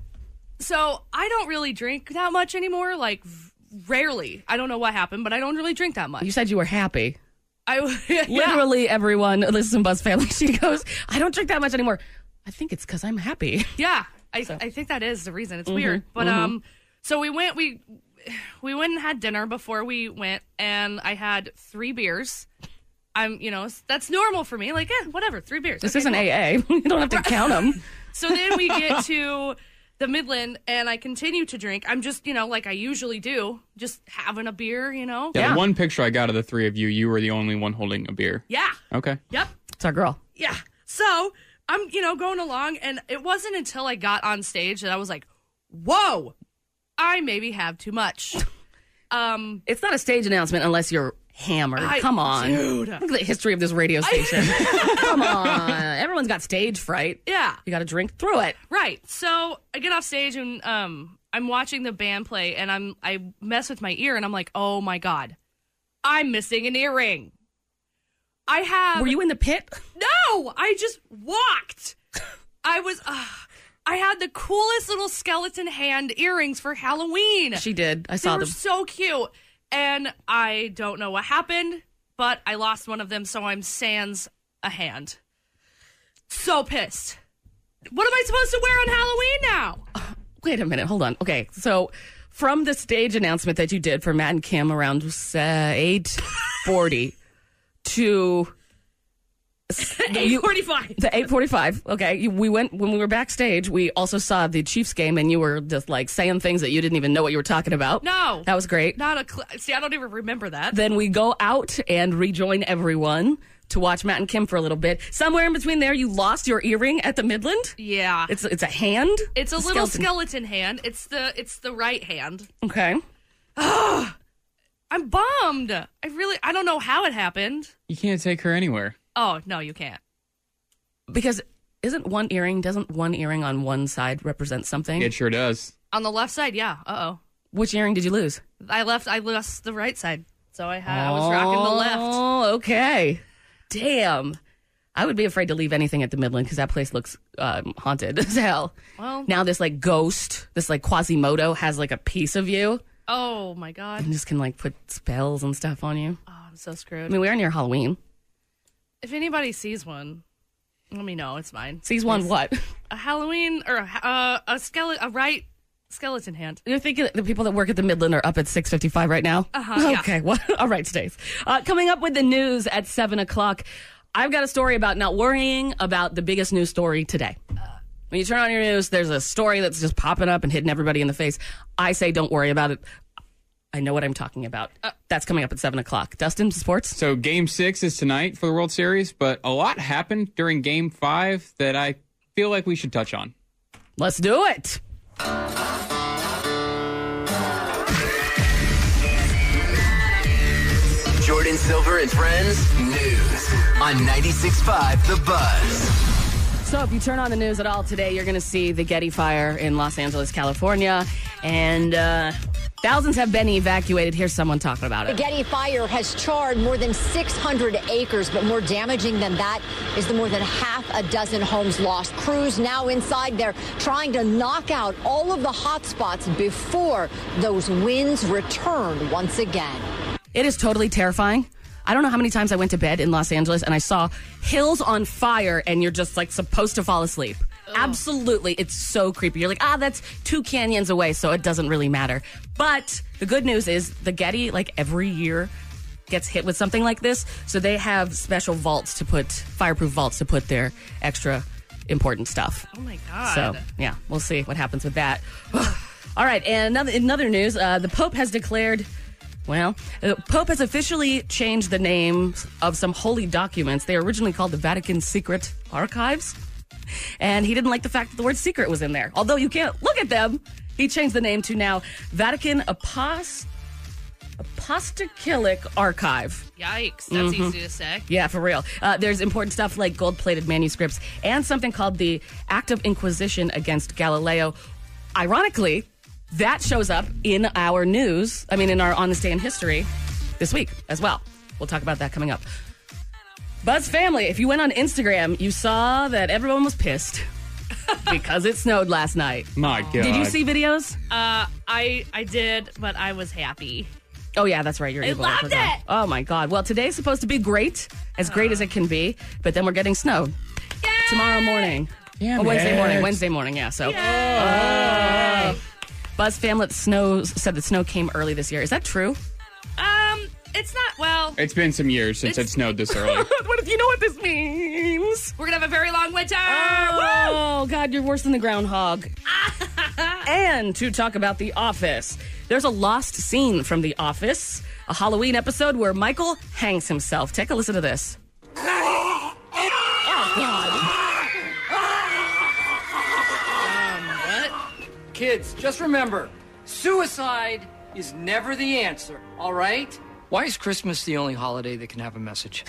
Speaker 3: So I don't really drink that much anymore. Like v- rarely. I don't know what happened, but I don't really drink that much.
Speaker 2: You said you were happy.
Speaker 3: I yeah.
Speaker 2: literally everyone listens to Buzz Family. She goes, I don't drink that much anymore. I think it's because I'm happy.
Speaker 3: Yeah, I I think that is the reason.
Speaker 2: Mm-hmm,
Speaker 3: It's weird, but um, so we went we we went and had dinner before we went, and I had three beers. I'm you know s- that's normal for me. Like eh, whatever, three beers.
Speaker 2: This
Speaker 3: Okay,
Speaker 2: isn't
Speaker 3: cool.
Speaker 2: AA. you don't have to count them.
Speaker 3: So then we get to the Midland, and I continue to drink. I'm just you know like I usually do, just having a beer. You know.
Speaker 5: Yeah, the one picture I got of the three of you, you were the only one holding a beer.
Speaker 3: Yeah.
Speaker 5: Okay.
Speaker 3: Yep.
Speaker 2: It's our girl.
Speaker 3: Yeah. So I'm, you know, going along, and it wasn't until I got on stage that I was like, whoa, I maybe have too much. Um,
Speaker 2: It's not a stage announcement unless you're hammered.
Speaker 3: I-
Speaker 2: Come on.
Speaker 3: Dude.
Speaker 2: Look at the history of this radio station. Come on. Everyone's got stage fright.
Speaker 3: yeah.
Speaker 2: You got to drink through it.
Speaker 3: Right. So I get off stage and um I'm watching the band play and I'm I mess with my ear and I'm like, oh my God. I'm missing an earring. I have
Speaker 2: Were you in the pit?
Speaker 3: No, I just walked. I was uh, I had the coolest little skeleton hand earrings for Halloween.
Speaker 2: She did. I
Speaker 3: They
Speaker 2: saw
Speaker 3: were
Speaker 2: them.
Speaker 3: so cute. And I don't know what happened, but I lost one of them, so I'm sans a hand. So pissed. What am I supposed to wear on Halloween now?
Speaker 2: Wait a minute. Hold on. Okay. So from the stage announcement that you did for Matt and Kim around uh, 840 to
Speaker 7: Eight forty-five.
Speaker 2: the 845 okay you, we went when we were backstage we also saw the chiefs game and you were just like saying things that you didn't even know what you were talking about
Speaker 3: No.
Speaker 2: that was great
Speaker 3: Not a cl- see. I don't even remember that.
Speaker 2: then we go out and rejoin everyone to watch matt and kim for a little bit somewhere in between there you lost your earring at the midland
Speaker 3: yeah,
Speaker 2: it's it's a hand
Speaker 3: It's a little skeleton. hand. It's the it's the right hand.
Speaker 2: okay
Speaker 3: Ah, I'm bummed. I really I don't know how it happened.
Speaker 5: You can't take her anywhere.
Speaker 3: Oh no, you can't.
Speaker 2: because isn't one earring doesn't one earring on one side represent something
Speaker 5: It sure does.
Speaker 3: On the left side, yeah. Uh oh.
Speaker 2: which earring did you lose
Speaker 3: I left. I lost the right side, so I had I was rocking the left.
Speaker 2: Oh, okay. Damn. I would be afraid to leave anything at the Midland because that place looks um, haunted as hell.
Speaker 3: Well-
Speaker 2: now this like ghost, this like Quasimodo has like a piece of you
Speaker 3: Oh my god, Oh,
Speaker 2: and just can like put spells and stuff on you.
Speaker 3: I'm so screwed.
Speaker 2: I mean, we are near Halloween.
Speaker 3: if anybody sees one, let me know. It's mine.
Speaker 2: Sees one what?
Speaker 3: A Halloween or a, ha- uh, a skeleton, a right skeleton hand.
Speaker 2: You're thinking that the people that work at the Midland are up at 6.55 right now?
Speaker 3: Uh-huh, yeah.
Speaker 2: Okay, well, all right, today's. Uh, coming up with the news at 7 o'clock, I've got a story about not worrying about the biggest news story today. When you turn on your news, there's a story that's just popping up and hitting everybody in the face. I say don't worry about it. I know what I'm talking about. that's coming up at 7 o'clock. Dustin, sports?
Speaker 5: So game six is tonight for the World Series, but a lot happened during game five that I feel like we should touch on.
Speaker 2: Let's do it.
Speaker 6: Jordan Silver and Friends News on 96.5 The Buzz.
Speaker 2: So, if you turn on the news at all today, you're going to see the Getty fire in Los Angeles, California. And uh, thousands have been evacuated. Here's someone talking about
Speaker 13: The
Speaker 2: it.
Speaker 13: Getty fire has charred more than 600 acres, but more damaging than that is the more than half a dozen homes lost. Crews now inside there trying to knock out all of the hot spots before those winds return once again.
Speaker 2: It is totally terrifying. I don't know how many times I went to bed in Los Angeles and I saw hills on fire, and you're just like supposed to fall asleep. Absolutely. It's so creepy. You're like, ah, that's two canyons away, so it doesn't really matter. But the good news is the Getty, like every year, gets hit with something like this. So they have special vaults to put, fireproof vaults to put their extra important stuff.
Speaker 3: Oh my god.
Speaker 2: So yeah, we'll see what happens with that. All right, and another in other news, uh, the Pope has declared. Well, the Pope has officially changed the names of some holy documents. They were originally called the Vatican Secret Archives, and he didn't like the fact that the word "secret" was in there. Although you can't look at them, he changed the name to now Vatican Apost- Apostolic Archive.
Speaker 3: Yikes, that's
Speaker 2: Mm-hmm.
Speaker 3: easy to say.
Speaker 2: Yeah, for real. Uh, there's important stuff like gold plated manuscripts and something called the Act of Inquisition against Galileo. Ironically, that shows up in our news, I mean, in our On This Day in History this week as well. We'll talk about that coming up. Buzz family, if you went on Instagram, you saw that everyone was pissed because it snowed last night.
Speaker 5: My God.
Speaker 2: Did you see videos?
Speaker 3: Uh, I I did, but I was happy.
Speaker 2: Oh yeah, that's right. You're able. I
Speaker 3: loved
Speaker 2: forgot.
Speaker 3: it.
Speaker 2: Oh my god. Well, today's supposed to be great, as great as it can be, but then we're getting snow tomorrow morning.
Speaker 5: Damn
Speaker 2: Oh, Wednesday
Speaker 5: it.
Speaker 2: morning. Wednesday morning. Yeah. So. Buzz Famlet snows said that snow came early this year. Is that true?
Speaker 3: Um, it's not well.
Speaker 5: It's been some years since it
Speaker 3: It's-
Speaker 5: snowed this early.
Speaker 2: what if you know what this means?
Speaker 3: We're gonna have a very long winter.
Speaker 2: Oh God, you're worse than the groundhog. and to talk about The Office, there's a lost scene from The Office, a Halloween episode where Michael hangs himself. Take a listen to this.
Speaker 5: Oh,
Speaker 14: Kids, just remember suicide is never the answer, all right? Why is Christmas the only holiday that can have a message?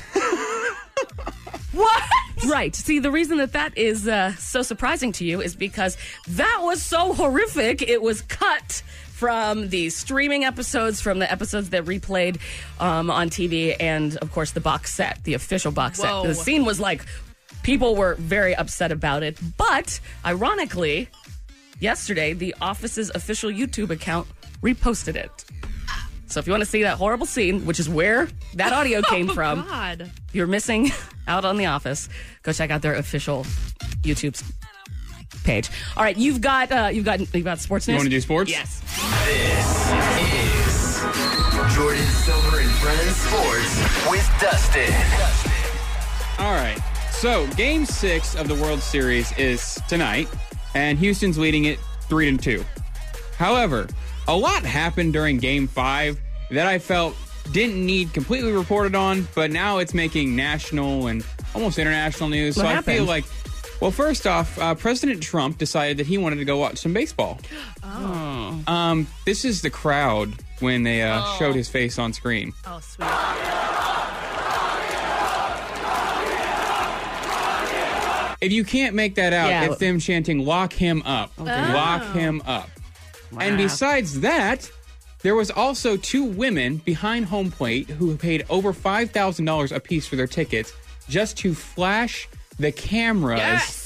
Speaker 2: What? Right. See, the reason that that is uh, so surprising to you is because that was so horrific. It was cut from the streaming episodes, from the episodes that replayed um, on TV, and of course the box set, the official box
Speaker 3: Whoa.
Speaker 2: set. The scene was like people were very upset about it, but ironically, yesterday the office's official YouTube account reposted it. So if you want to see that horrible scene, which is where that audio came
Speaker 3: Oh,
Speaker 2: from
Speaker 3: God.
Speaker 2: you're missing out on The Office, go check out their official YouTube page. All right, you've got uh, you've got you've got sports
Speaker 5: You
Speaker 2: news.
Speaker 5: wanna do sports?
Speaker 2: Yes.
Speaker 6: This is Jordan Silver and Friends Sports with Dustin.
Speaker 5: All right. So, game six of the World Series is tonight, and Houston's leading it three to two. However, a lot happened during game five that I felt didn't need completely reported on, but now it's making national and almost international news.
Speaker 15: What
Speaker 5: so I feel
Speaker 15: happened?
Speaker 5: like, well, first off, uh, President Trump decided that he wanted to go watch some baseball.
Speaker 3: Oh.
Speaker 5: Um, this is the crowd when they uh,
Speaker 15: Oh.
Speaker 5: showed his face on screen.
Speaker 3: Oh, sweet.
Speaker 5: If you can't make that out,
Speaker 15: Yeah.
Speaker 5: it's them chanting "Lock him up,
Speaker 15: damn.
Speaker 5: lock
Speaker 15: Oh.
Speaker 5: him up."
Speaker 15: Wow.
Speaker 5: And besides that, there was also two women behind home plate who paid over five thousand dollars apiece for their tickets just to flash the cameras. Yes.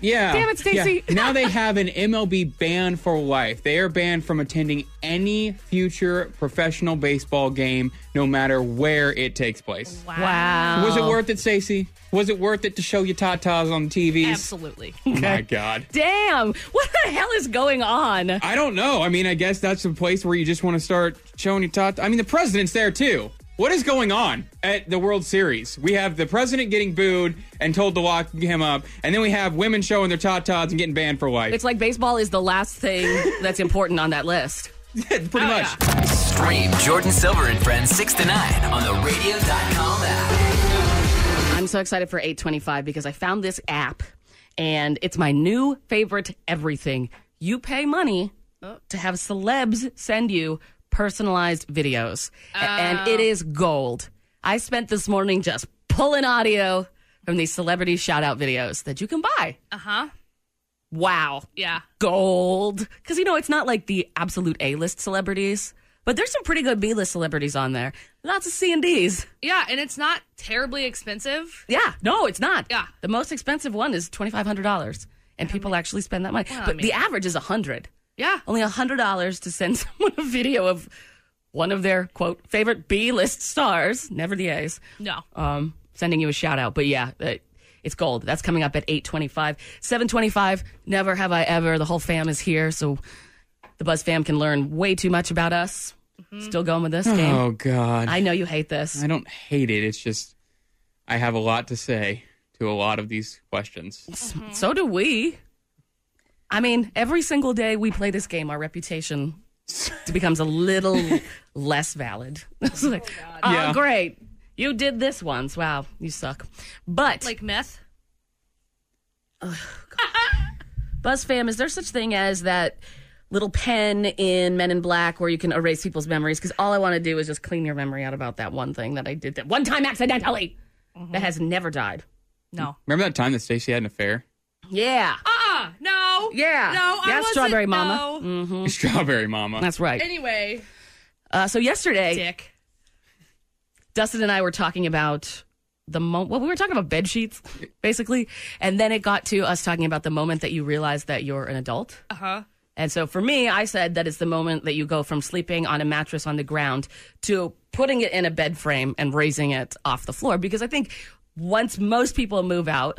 Speaker 5: Yeah.
Speaker 15: Damn it, Stacey.
Speaker 5: Yeah. now they have an MLB ban for life. They are banned from attending any future professional baseball game, no matter where it takes place.
Speaker 2: Wow.
Speaker 5: Was it worth it, Stacey? Was it worth it to show your tatas on TVs?
Speaker 2: Absolutely.
Speaker 5: Oh my God.
Speaker 2: Damn. What the hell is going on?
Speaker 5: I don't know. I mean, I guess that's a place where you just want to start showing your tot. I mean, the president's there too. What is going on at the World Series? We have the president getting booed and told to lock him up, and then we have women showing their tatas and getting banned for life.
Speaker 2: It's like baseball is the last thing that's important on that list.
Speaker 5: pretty much.
Speaker 6: Stream Jordan Silver and Friends 6 to 9 on the radio.com app.
Speaker 2: I'm so excited for 825 because I found this app and it's my new favorite everything. You pay money to have celebs send you personalized videos. A- And it is gold. I spent this morning just pulling audio from these celebrity shout out videos that you can buy.
Speaker 3: Uh huh.
Speaker 2: Wow.
Speaker 3: Yeah.
Speaker 2: Gold. Because, you know, it's not like the absolute A list celebrities, but there's some pretty good B list celebrities on there. Lots of C and Ds.
Speaker 3: Yeah, and it's not terribly expensive.
Speaker 2: Yeah, no, it's not. Yeah, the most expensive one is twenty five hundred dollars, and people actually spend that money.
Speaker 3: Well, I
Speaker 2: but the
Speaker 3: mean-
Speaker 2: average is a hundred.
Speaker 3: Yeah,
Speaker 2: only a hundred dollars to send someone a video of one of their quote favorite B list stars, never the A's.
Speaker 3: No.
Speaker 14: Uh.
Speaker 2: um, sending you a shout out. But yeah, it, it's gold. That's coming up at eight twenty five, seven twenty five. Never have I ever. The whole fam is here, so the Buzz fam can learn way too much about us.
Speaker 3: Mm-hmm.
Speaker 2: Still going with this game.
Speaker 5: Oh God.
Speaker 2: I know you hate this.
Speaker 5: I don't hate it. It's just I have a lot to say to a lot of these questions.
Speaker 3: Mm-hmm.
Speaker 2: So do we. I mean, every single day we play this game, our reputation becomes a little less valid. It's like, oh,
Speaker 3: Yeah.
Speaker 2: great. You did this once. Wow, you suck. But
Speaker 3: like meth.
Speaker 2: BuzzFam, is there such thing as that little pen in Men in Black where you can erase people's memories? Because all I want to do is just clean your memory out about that one thing that I did that one time accidentally that has never died. No.
Speaker 5: Remember that time that Stacey had an affair?
Speaker 2: Yeah.
Speaker 3: Uh-uh. No.
Speaker 2: Yeah.
Speaker 3: No, I
Speaker 2: Yeah,
Speaker 3: wasn't.
Speaker 2: Strawberry
Speaker 3: No.
Speaker 2: Mama. Mm-hmm.
Speaker 5: Strawberry Mama.
Speaker 2: That's right.
Speaker 3: Anyway.
Speaker 2: Uh, so yesterday, Dustin and I were talking about the moment. Well, we were talking about bed sheets, basically, and then it got to us talking about the moment that you realize that you're an adult.
Speaker 3: Uh huh.
Speaker 2: And so for me, I said that it's the moment that you go from sleeping on a mattress on the ground to putting it in a bed frame and raising it off the floor. Because I think once most people move out,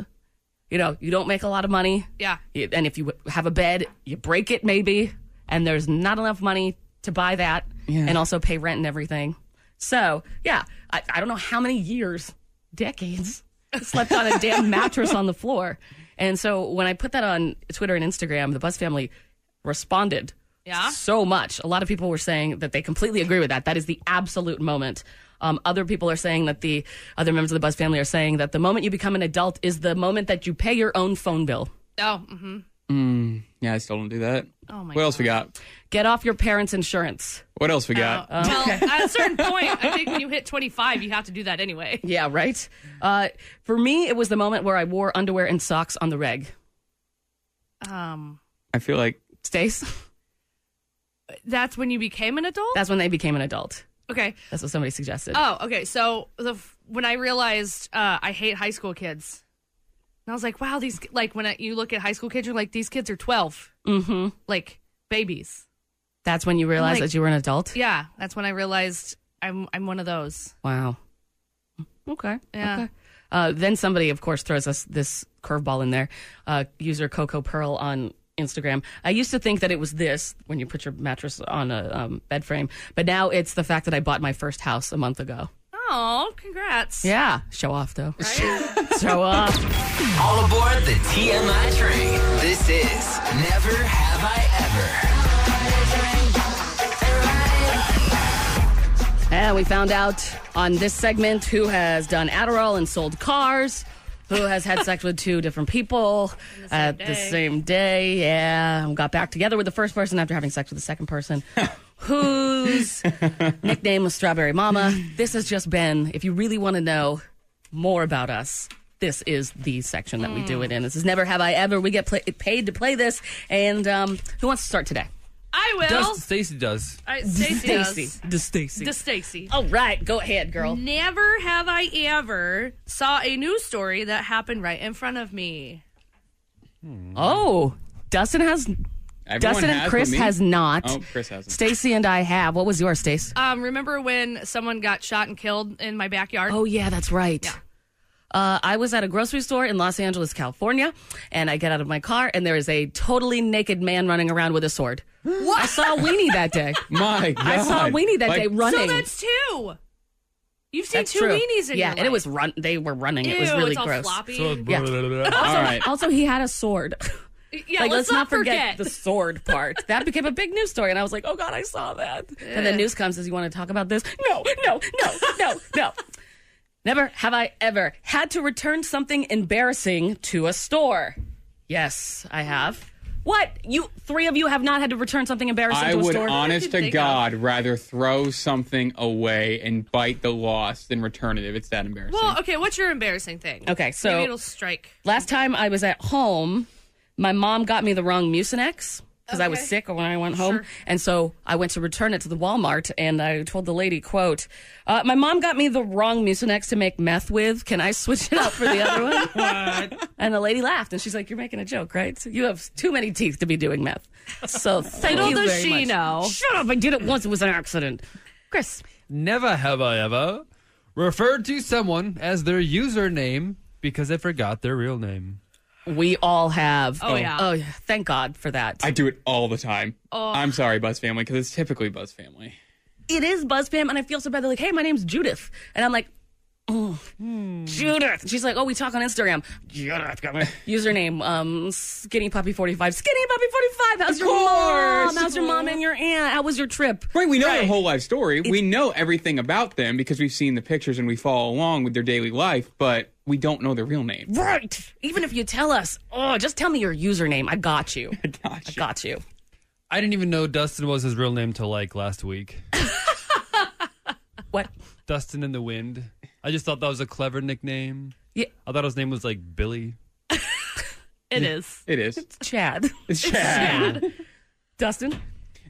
Speaker 2: you know, you don't make a lot of money.
Speaker 3: Yeah.
Speaker 2: You- And if you have a bed, you break it maybe, and there's not enough money to buy that
Speaker 3: Yeah.
Speaker 2: and also pay rent and everything. So, yeah, I, I don't know how many years, decades,
Speaker 3: Oh,
Speaker 2: I slept on a damn mattress on the floor. And so when I put that on Twitter and Instagram, the Buzz family responded
Speaker 3: Yeah.
Speaker 2: so much. A lot of people were saying that they completely agree with that. That is the absolute moment. Um, other people are saying that the other members of the Buzz family are saying that the moment you become an adult is the moment that you pay your own phone bill.
Speaker 3: Oh. Mm-hmm.
Speaker 5: Mm, yeah, I still don't do that.
Speaker 3: Oh my
Speaker 5: What else we got?
Speaker 2: Get off your parents' insurance.
Speaker 5: What else
Speaker 3: Uh,
Speaker 5: we got?
Speaker 2: Um,
Speaker 3: Well, at a certain point, I think when you hit 25, you have to do that anyway.
Speaker 2: yeah, right. Uh, for me, it was the moment where I wore underwear and socks on the reg.
Speaker 3: Um,
Speaker 5: I feel like
Speaker 2: Stace,
Speaker 3: that's when you became an adult.
Speaker 2: that's when they became an adult.
Speaker 3: okay.
Speaker 2: That's what somebody suggested.
Speaker 3: Oh, okay. So the f- when I realized uh, I hate high school kids, and I was like, wow, these like when I, you look at high school kids, you're like, these kids are 12,
Speaker 2: Mm-hmm.
Speaker 3: like babies.
Speaker 2: That's when you realized
Speaker 3: like-
Speaker 2: that you were an adult?
Speaker 3: Yeah, that's when I realized I'm I'm one of those.
Speaker 2: Wow. Okay.
Speaker 3: Yeah.
Speaker 2: Okay. Uh, then somebody, of course, throws us this curveball in there. Uh, user Coco Pearl on Instagram. I used to think that it was this when you put your mattress on a um, bed frame, but now it's the fact that I bought my first house a month ago.
Speaker 3: Oh, congrats.
Speaker 2: Yeah, show off though. show off.
Speaker 6: All aboard the TMI train. This is Never Have
Speaker 2: And we found out on this segment who has done Adderall and sold cars, who has had sex with two different people at the same day. Yeah, and got back together with the first person after having sex with the second person. Whose nickname was Strawberry Mama. This has just been, if you really want to know more about us, this is the section that we do it in. This is Never Have I Ever. We get pla paid to play this. And um, who wants to start today?
Speaker 3: I will.
Speaker 4: Does, Stacy does.
Speaker 3: I- Stacey does.
Speaker 2: The Stacy.
Speaker 3: The Stacy.
Speaker 2: All right, go ahead, girl.
Speaker 3: Never have I ever saw a news story that happened right in front of me.
Speaker 2: Oh, Dustin has.
Speaker 5: Everyone
Speaker 2: Dustin
Speaker 5: has,
Speaker 2: and
Speaker 5: but
Speaker 2: Chris
Speaker 5: me?
Speaker 2: has not.
Speaker 5: Oh, Chris hasn't.
Speaker 2: Stacy and I have. What was yours, Stace?
Speaker 3: Um, remember when someone got shot and killed in my backyard?
Speaker 2: Oh yeah, that's right. Uh, I was at a grocery store in Los Angeles, California, and I get out of my car, and there is a totally naked man running around with a sword. What? I saw Weenie that day.
Speaker 5: My
Speaker 2: I saw
Speaker 5: God.
Speaker 2: Weenie that
Speaker 5: Like-
Speaker 2: day running.
Speaker 3: So that's two. You've seen
Speaker 2: That's
Speaker 3: two
Speaker 2: true.
Speaker 3: weenies in
Speaker 2: yeah,
Speaker 3: your
Speaker 2: and it was run. They were running. it was
Speaker 3: Ew,
Speaker 2: really
Speaker 3: it's all
Speaker 2: gross.
Speaker 3: floppy. So-
Speaker 2: Yeah. also,
Speaker 3: All right.
Speaker 2: also, he had a sword.
Speaker 3: Yeah,
Speaker 2: like,
Speaker 3: let's,
Speaker 2: not forget. the sword part. That became a big news story, and I was like, "Oh God, I saw that." And then
Speaker 3: Ugh.
Speaker 2: news comes, "Says you want to talk about this?" No, no, no, no, no. Never have I ever had to return something embarrassing to a store. Yes, I have. What you three of you have not had to return something embarrassing
Speaker 5: I
Speaker 2: to a
Speaker 5: would,
Speaker 2: store?
Speaker 5: honest to God, rather throw something away and bite the loss than return it if it's that embarrassing.
Speaker 3: Well, okay, what's your embarrassing thing?
Speaker 2: Okay, so-
Speaker 3: Maybe it'll strike.
Speaker 2: Last time I was at home, my mom got me the wrong Mucinex because I was
Speaker 3: Okay.
Speaker 2: sick when I went home, and so I went to return it to the Walmart, and I told the lady, "quote uh, My mom got me the wrong Mucinex to make meth with. Can I switch it up for the other one?" And the lady laughed, and she's like, "You're making a joke, right? So you have too many teeth to be doing meth." So thank
Speaker 3: Little
Speaker 2: you
Speaker 3: does
Speaker 2: very
Speaker 3: she
Speaker 2: much.
Speaker 3: know.
Speaker 2: Shut up! I did it once. It was an accident. Chris.
Speaker 4: Never have I ever referred to someone as their username because I forgot their real name.
Speaker 2: We all have.
Speaker 5: Oh, yeah.
Speaker 2: Oh, yeah. Thank God for that.
Speaker 5: I do it all the time.
Speaker 2: Oh.
Speaker 5: I'm sorry, Buzz Family, because it's typically Buzz Family.
Speaker 2: it is BuzzFam, and I feel so bad. They're like, hey, my name's Judith. And I'm like, oh, Judith. And she's like, oh, we talk on Instagram. Judith got my username, um, Skinny Puppy 45. Skinny Puppy 45. How's
Speaker 5: Of
Speaker 2: your mom?
Speaker 5: course.
Speaker 2: How's your mom and your aunt? How was your trip?
Speaker 5: Right, we know their whole life story. we know everything about them because we've seen the pictures and we follow along with their daily life, but we don't know their real name.
Speaker 2: Right. Even if you tell us, oh, just tell me your username. I got you. I got you. I got you.
Speaker 4: I didn't even know Dustin was his real name till like last week.
Speaker 2: what?
Speaker 4: Dustin in the Wind. I just thought that was a clever nickname.
Speaker 2: Yeah.
Speaker 4: I thought his name was like Billy.
Speaker 3: It is.
Speaker 5: It is.
Speaker 2: Chad.
Speaker 5: It's Chad.
Speaker 2: Dustin?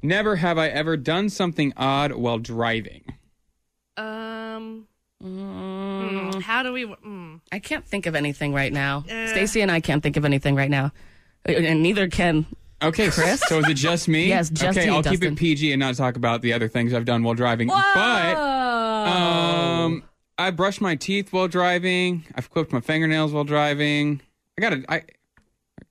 Speaker 5: Never have I ever done something odd while driving.
Speaker 3: Um, hmm, how do we? Mm.
Speaker 2: I can't think of anything right now.
Speaker 3: Uh.
Speaker 2: Stacy and I can't think of anything right now. And neither can.
Speaker 5: Okay,
Speaker 2: Chris?
Speaker 5: So is it just me?
Speaker 2: Yes, just
Speaker 5: Okay,
Speaker 2: you,
Speaker 5: I'll keep
Speaker 2: Dustin.
Speaker 5: it PG and not talk about the other things I've done while driving. But um, I brushed my teeth while driving. I've clipped my fingernails while driving. I gotta, I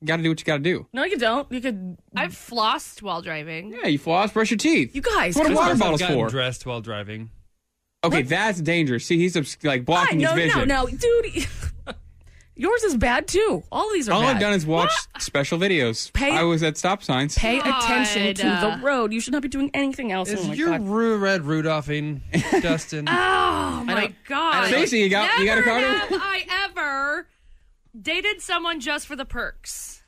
Speaker 5: gotta do what you gotta do.
Speaker 2: No, you don't. You could.
Speaker 3: I've flossed while driving.
Speaker 5: Yeah, you floss, brush your teeth.
Speaker 2: You guys,
Speaker 5: what are
Speaker 2: come
Speaker 5: water
Speaker 2: on.
Speaker 5: bottles
Speaker 4: Gotten
Speaker 5: for?
Speaker 4: dressed while driving.
Speaker 5: Okay, that's dangerous. See, he's obs- like blocking
Speaker 2: no,
Speaker 5: his
Speaker 2: no,
Speaker 5: vision.
Speaker 2: no, dude. Yours is bad too. All these are
Speaker 5: All
Speaker 2: bad.
Speaker 5: I've done is watch special videos.
Speaker 2: Pay-
Speaker 5: I was at stop signs.
Speaker 2: pay attention to
Speaker 3: God.
Speaker 2: the road. You should not be doing anything else.
Speaker 4: Is
Speaker 2: oh my
Speaker 4: your
Speaker 2: God.
Speaker 4: Ru- Red Rudolphing, Dustin?
Speaker 3: Oh
Speaker 4: I
Speaker 3: my
Speaker 4: don't-
Speaker 3: god!
Speaker 4: I don't- Stacey, you got- you got a
Speaker 3: Never
Speaker 4: card?
Speaker 3: Have I ever dated someone just for the perks?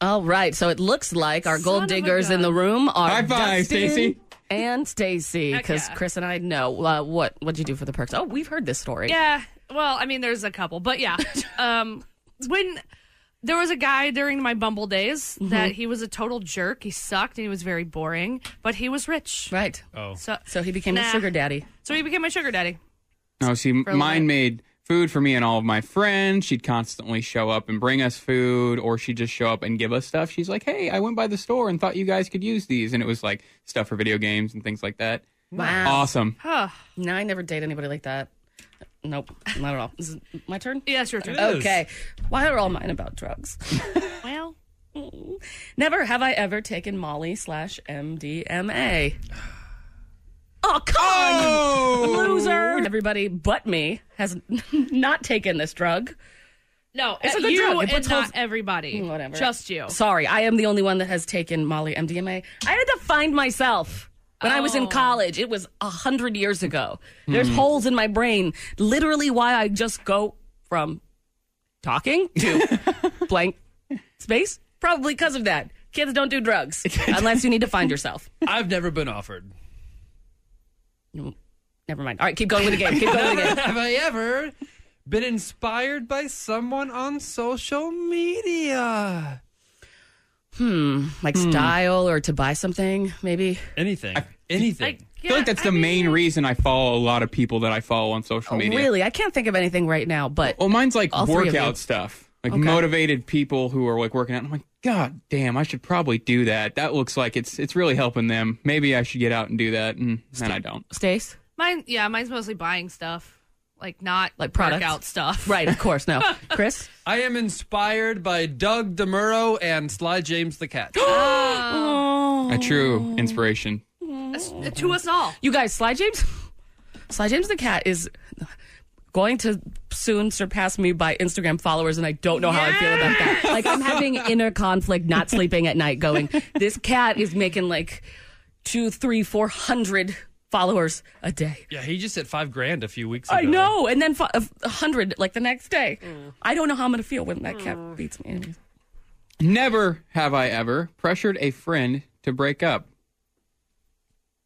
Speaker 2: All right, so it looks like our gold diggers in the room are
Speaker 5: High five,
Speaker 2: Dustin
Speaker 5: Stacey.
Speaker 2: and Stacy because Chris and I know uh, what what'd you do for the perks. Oh, we've heard this story.
Speaker 3: Yeah. Well, I mean, there's a couple, but yeah. um, when there was a guy during my Bumble days
Speaker 2: Mm-hmm.
Speaker 3: that he was a total jerk. He sucked and he was very boring, but he was rich.
Speaker 2: Right.
Speaker 4: Oh.
Speaker 3: So
Speaker 2: so he became a
Speaker 3: Nah.
Speaker 2: sugar daddy.
Speaker 3: So he became my sugar daddy.
Speaker 5: No, see,
Speaker 3: For a little
Speaker 5: mine
Speaker 3: bit.
Speaker 5: made food for me and all of my friends. She'd constantly show up and bring us food, or she'd just show up and give us stuff. She's like, "Hey, I went by the store and thought you guys could use these," and it was like stuff for video games and things like that.
Speaker 2: Wow.
Speaker 5: Awesome.
Speaker 2: No, I never dated anybody like that. Nope, not at all. Is it my turn?
Speaker 3: Yeah, it's your turn. It is.
Speaker 2: Okay. Why are all mine about drugs?
Speaker 3: well,
Speaker 2: never have I ever taken Molly slash MDMA. Oh, come
Speaker 3: Oh!
Speaker 2: on, you loser! Everybody but me has not taken this drug.
Speaker 3: No, it's
Speaker 2: It's a good
Speaker 3: you
Speaker 2: drug. It
Speaker 3: and
Speaker 2: puts
Speaker 3: not
Speaker 2: holes- Mm,
Speaker 3: everybody.
Speaker 2: Whatever.
Speaker 3: Just you.
Speaker 2: Sorry, I am the only one that has taken Molly MDMA. I had to find myself when I
Speaker 3: Oh.
Speaker 2: was in college. It was a hundred years ago. There's
Speaker 7: Hmm.
Speaker 2: holes in my brain. Literally, why I just go from talking to blank space. Probably because of that. Kids don't do drugs unless you need to find yourself.
Speaker 4: I've never been offered.
Speaker 2: Mm, Never mind. All right, keep going with the game. Keep going with the game.
Speaker 4: Have I ever been inspired by someone on social media?
Speaker 2: Hmm, like style or to buy something, maybe.
Speaker 4: Anything. Anything.
Speaker 5: I feel like that's the main reason I follow a lot of people that I follow on social media.
Speaker 2: Oh, Really, I can't think of anything right now. But
Speaker 5: well, mine's like workout
Speaker 2: workouts.
Speaker 5: stuff, like
Speaker 2: Okay.
Speaker 5: motivated people who are like working out. I'm like, God damn, I should probably do that. That looks like it's it's really helping them. Maybe I should get out and do that, and then I don't.
Speaker 2: Stace,
Speaker 3: Mine, yeah, mine's mostly buying stuff, like not
Speaker 2: like products,
Speaker 3: workout stuff.
Speaker 2: Right, of course. No, Chris.
Speaker 4: I am inspired by Doug DeMuro and Sly James the Cat.
Speaker 5: A Oh. Uh, true inspiration.
Speaker 2: uh, to us all. You guys, Sly James, Sly James the cat is going to soon surpass me by Instagram followers, and I don't know how I feel about that. Like I'm having inner conflict, not sleeping at night, going, this cat is making like two, three, four hundred followers a day.
Speaker 4: Yeah, he just hit five grand a few weeks ago.
Speaker 2: I know, and then fi- a f- a hundred like the next day. I don't know how I'm gonna feel when that cat beats me. Anyways.
Speaker 5: Never have I ever pressured a friend to break up.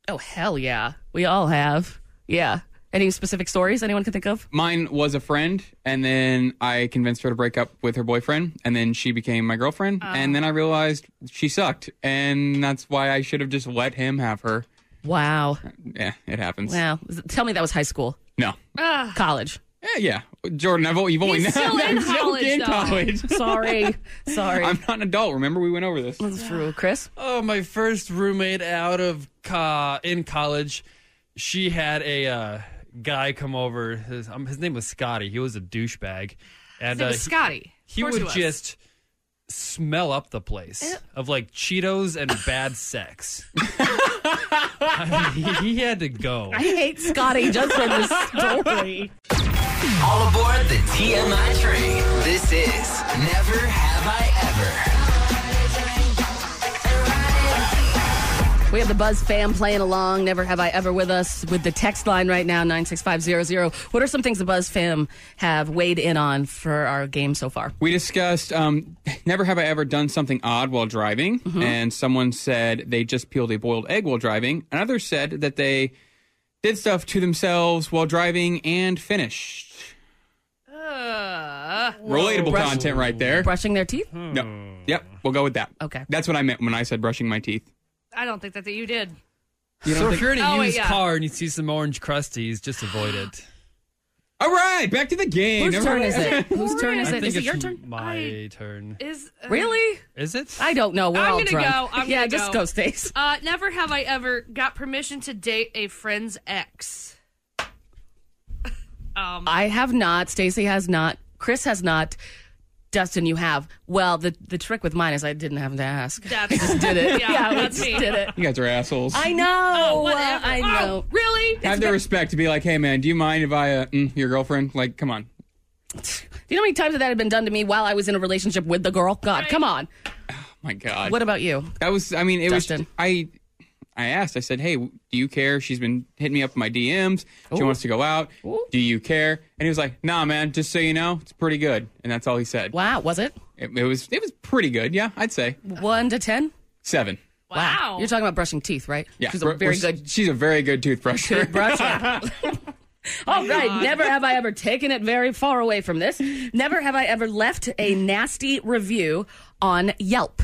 Speaker 2: Oh hell yeah, we all have. Yeah. Any specific stories anyone can think of?
Speaker 5: Mine was a friend, and then I convinced her to break up with her boyfriend, and then she became my girlfriend,
Speaker 2: Ah.
Speaker 5: and then I realized she sucked, and that's why I should have just let him have her.
Speaker 2: Wow.
Speaker 5: Yeah, it happens.
Speaker 2: Wow. Tell me that was high school.
Speaker 5: No.
Speaker 3: Ah.
Speaker 2: College.
Speaker 5: Yeah, Eh, yeah. Jordan, I've, you've only
Speaker 2: He's still in
Speaker 5: I'm still
Speaker 2: college,
Speaker 5: in
Speaker 2: though.
Speaker 5: college.
Speaker 2: Sorry. Sorry.
Speaker 5: I'm not an adult. Remember, we went over this.
Speaker 2: That's true. Chris?
Speaker 4: Oh, my first roommate out of co- in college, she had a uh, guy come over. His, um, his name was Scotty. He was a douchebag, and
Speaker 3: His name
Speaker 4: uh,
Speaker 3: was Scotty.
Speaker 4: He, he
Speaker 3: Of course
Speaker 4: would
Speaker 3: he was. Eh.
Speaker 4: just smell up the place of like Cheetos and bad sex. I mean, he, he had to go.
Speaker 2: I hate Scotty just for this story.
Speaker 6: All aboard the TMI train. This is Never Have I Ever.
Speaker 2: We have the Buzz fam playing along. Never have I ever with us with the text line right now, 96500. What are some things the Buzz fam have weighed in on for our game so far?
Speaker 5: We discussed um, never have I ever done something odd while driving,
Speaker 2: Mm-hmm.
Speaker 5: and someone said they just peeled a boiled egg while driving. Another said that they did stuff to themselves while driving and finished.
Speaker 3: Uh,
Speaker 5: Relatable content right there.
Speaker 2: Brushing their teeth?
Speaker 5: No. Yep. We'll go with that.
Speaker 2: Okay.
Speaker 5: That's what I meant when I said brushing my teeth.
Speaker 3: I don't think that, that you did.
Speaker 4: so if you're in a
Speaker 3: Oh, wait,
Speaker 4: used
Speaker 3: yeah.
Speaker 4: car and you see some orange crusties, just avoid it.
Speaker 5: All right, back to the game.
Speaker 2: Whose
Speaker 5: Never
Speaker 2: turn
Speaker 5: mind.
Speaker 2: is it? Whose turn is
Speaker 4: I
Speaker 2: it?
Speaker 4: think
Speaker 2: Is it
Speaker 4: it's
Speaker 2: your turn?
Speaker 4: My turn.
Speaker 3: Is uh,
Speaker 2: Really?
Speaker 4: Is it?
Speaker 2: I don't know. We're
Speaker 3: I'm
Speaker 2: all
Speaker 3: gonna
Speaker 2: drunk.
Speaker 3: go. I'm
Speaker 2: yeah,
Speaker 3: gonna
Speaker 2: just
Speaker 3: go.
Speaker 2: go, Stace.
Speaker 3: Uh, never have I ever got permission to date a friend's ex. Um,
Speaker 2: I have not. Stacy has not. Chris has not. Dustin, you have. Well, the the trick with mine is I didn't have to ask.
Speaker 3: that's
Speaker 2: Just did it.
Speaker 3: Yeah,
Speaker 2: yeah we
Speaker 3: that's
Speaker 2: just
Speaker 3: me.
Speaker 2: did it.
Speaker 5: You guys are assholes.
Speaker 2: I know.
Speaker 3: Oh, whatever.
Speaker 2: I
Speaker 3: Oh,
Speaker 2: know.
Speaker 3: really?
Speaker 5: Have the respect to be like, hey, man, do you mind if I, uh, mm, your girlfriend? Like, come on.
Speaker 2: Do you know how many times that had been done to me while I was in a relationship with the girl? God, come on.
Speaker 5: Oh My God.
Speaker 2: What about you?
Speaker 5: That was. I mean, it
Speaker 2: Dustin.
Speaker 5: was. I. I asked. I said, "Hey, do you care?" She's been hitting me up in my DMs. She
Speaker 2: Ooh.
Speaker 5: wants to go out. Do you care? And he was like, "Nah, man. Just so you know, it's pretty good." And that's all he said.
Speaker 2: Wow, was it
Speaker 5: It, it was. It was pretty good. Yeah, I'd say
Speaker 2: one to ten?
Speaker 5: seven.
Speaker 2: Wow. You're talking about brushing teeth, right?
Speaker 5: Yeah,
Speaker 2: She's
Speaker 5: Br-
Speaker 2: a very
Speaker 5: well,
Speaker 2: good
Speaker 5: She's a very good toothbrusher.
Speaker 2: brusher. All right. Never have I ever taken it very far away from this. Never have I ever left a nasty review on Yelp.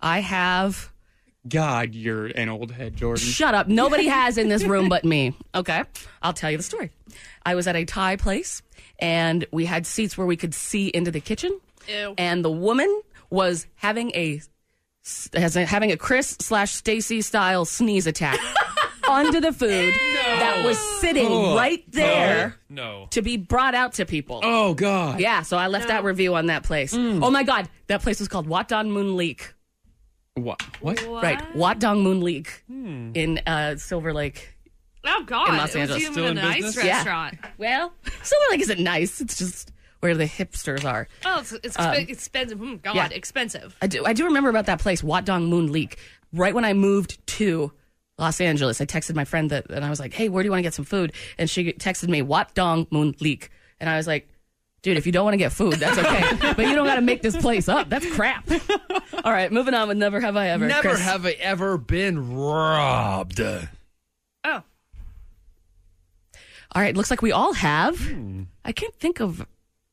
Speaker 2: I have.
Speaker 5: God, you're an old head, Jordan.
Speaker 2: Shut up. Nobody has in this room but me. Okay. I'll tell you the story. I was at a Thai place and we had seats where we could see into the kitchen.
Speaker 3: Ew.
Speaker 2: And the woman was having a has a, having a Chris slash Stacy style sneeze attack onto the food. that was sitting
Speaker 3: Oh.
Speaker 2: right there
Speaker 4: No.
Speaker 2: to be brought out to people.
Speaker 5: Oh God. Mm.
Speaker 2: Yeah, so I left that review on that place. Oh my God, that place was called Wat Dong Moon Leak.
Speaker 5: What? What?
Speaker 2: Right, Wat Dong Moon Leak in uh, Silver Lake.
Speaker 3: Oh God!
Speaker 2: In Los Angeles.
Speaker 3: it was
Speaker 2: Still
Speaker 3: even
Speaker 2: in
Speaker 3: a nice
Speaker 2: business? Yeah.
Speaker 3: restaurant.
Speaker 2: Well, Silver Lake isn't nice. It's just where the hipsters are.
Speaker 3: Oh, it's, it's
Speaker 2: Um,
Speaker 3: expe- expensive. Hmm, God,
Speaker 2: yeah.
Speaker 3: expensive.
Speaker 2: I do, I do remember about that place, Wat Dong Moon Leak. Right when I moved to Los Angeles, I texted my friend that, and I was like, "Hey, where do you want to get some food?" And she texted me, "Wat Dong Moon Leak," and I was like, "Dude, if you don't want to get food, that's okay, but you don't got to make this place up. That's crap." All right, moving on with never have I ever.
Speaker 4: Never
Speaker 2: Chris.
Speaker 4: have I ever been robbed.
Speaker 2: All right, looks like we all have.
Speaker 5: Hmm.
Speaker 2: I can't think of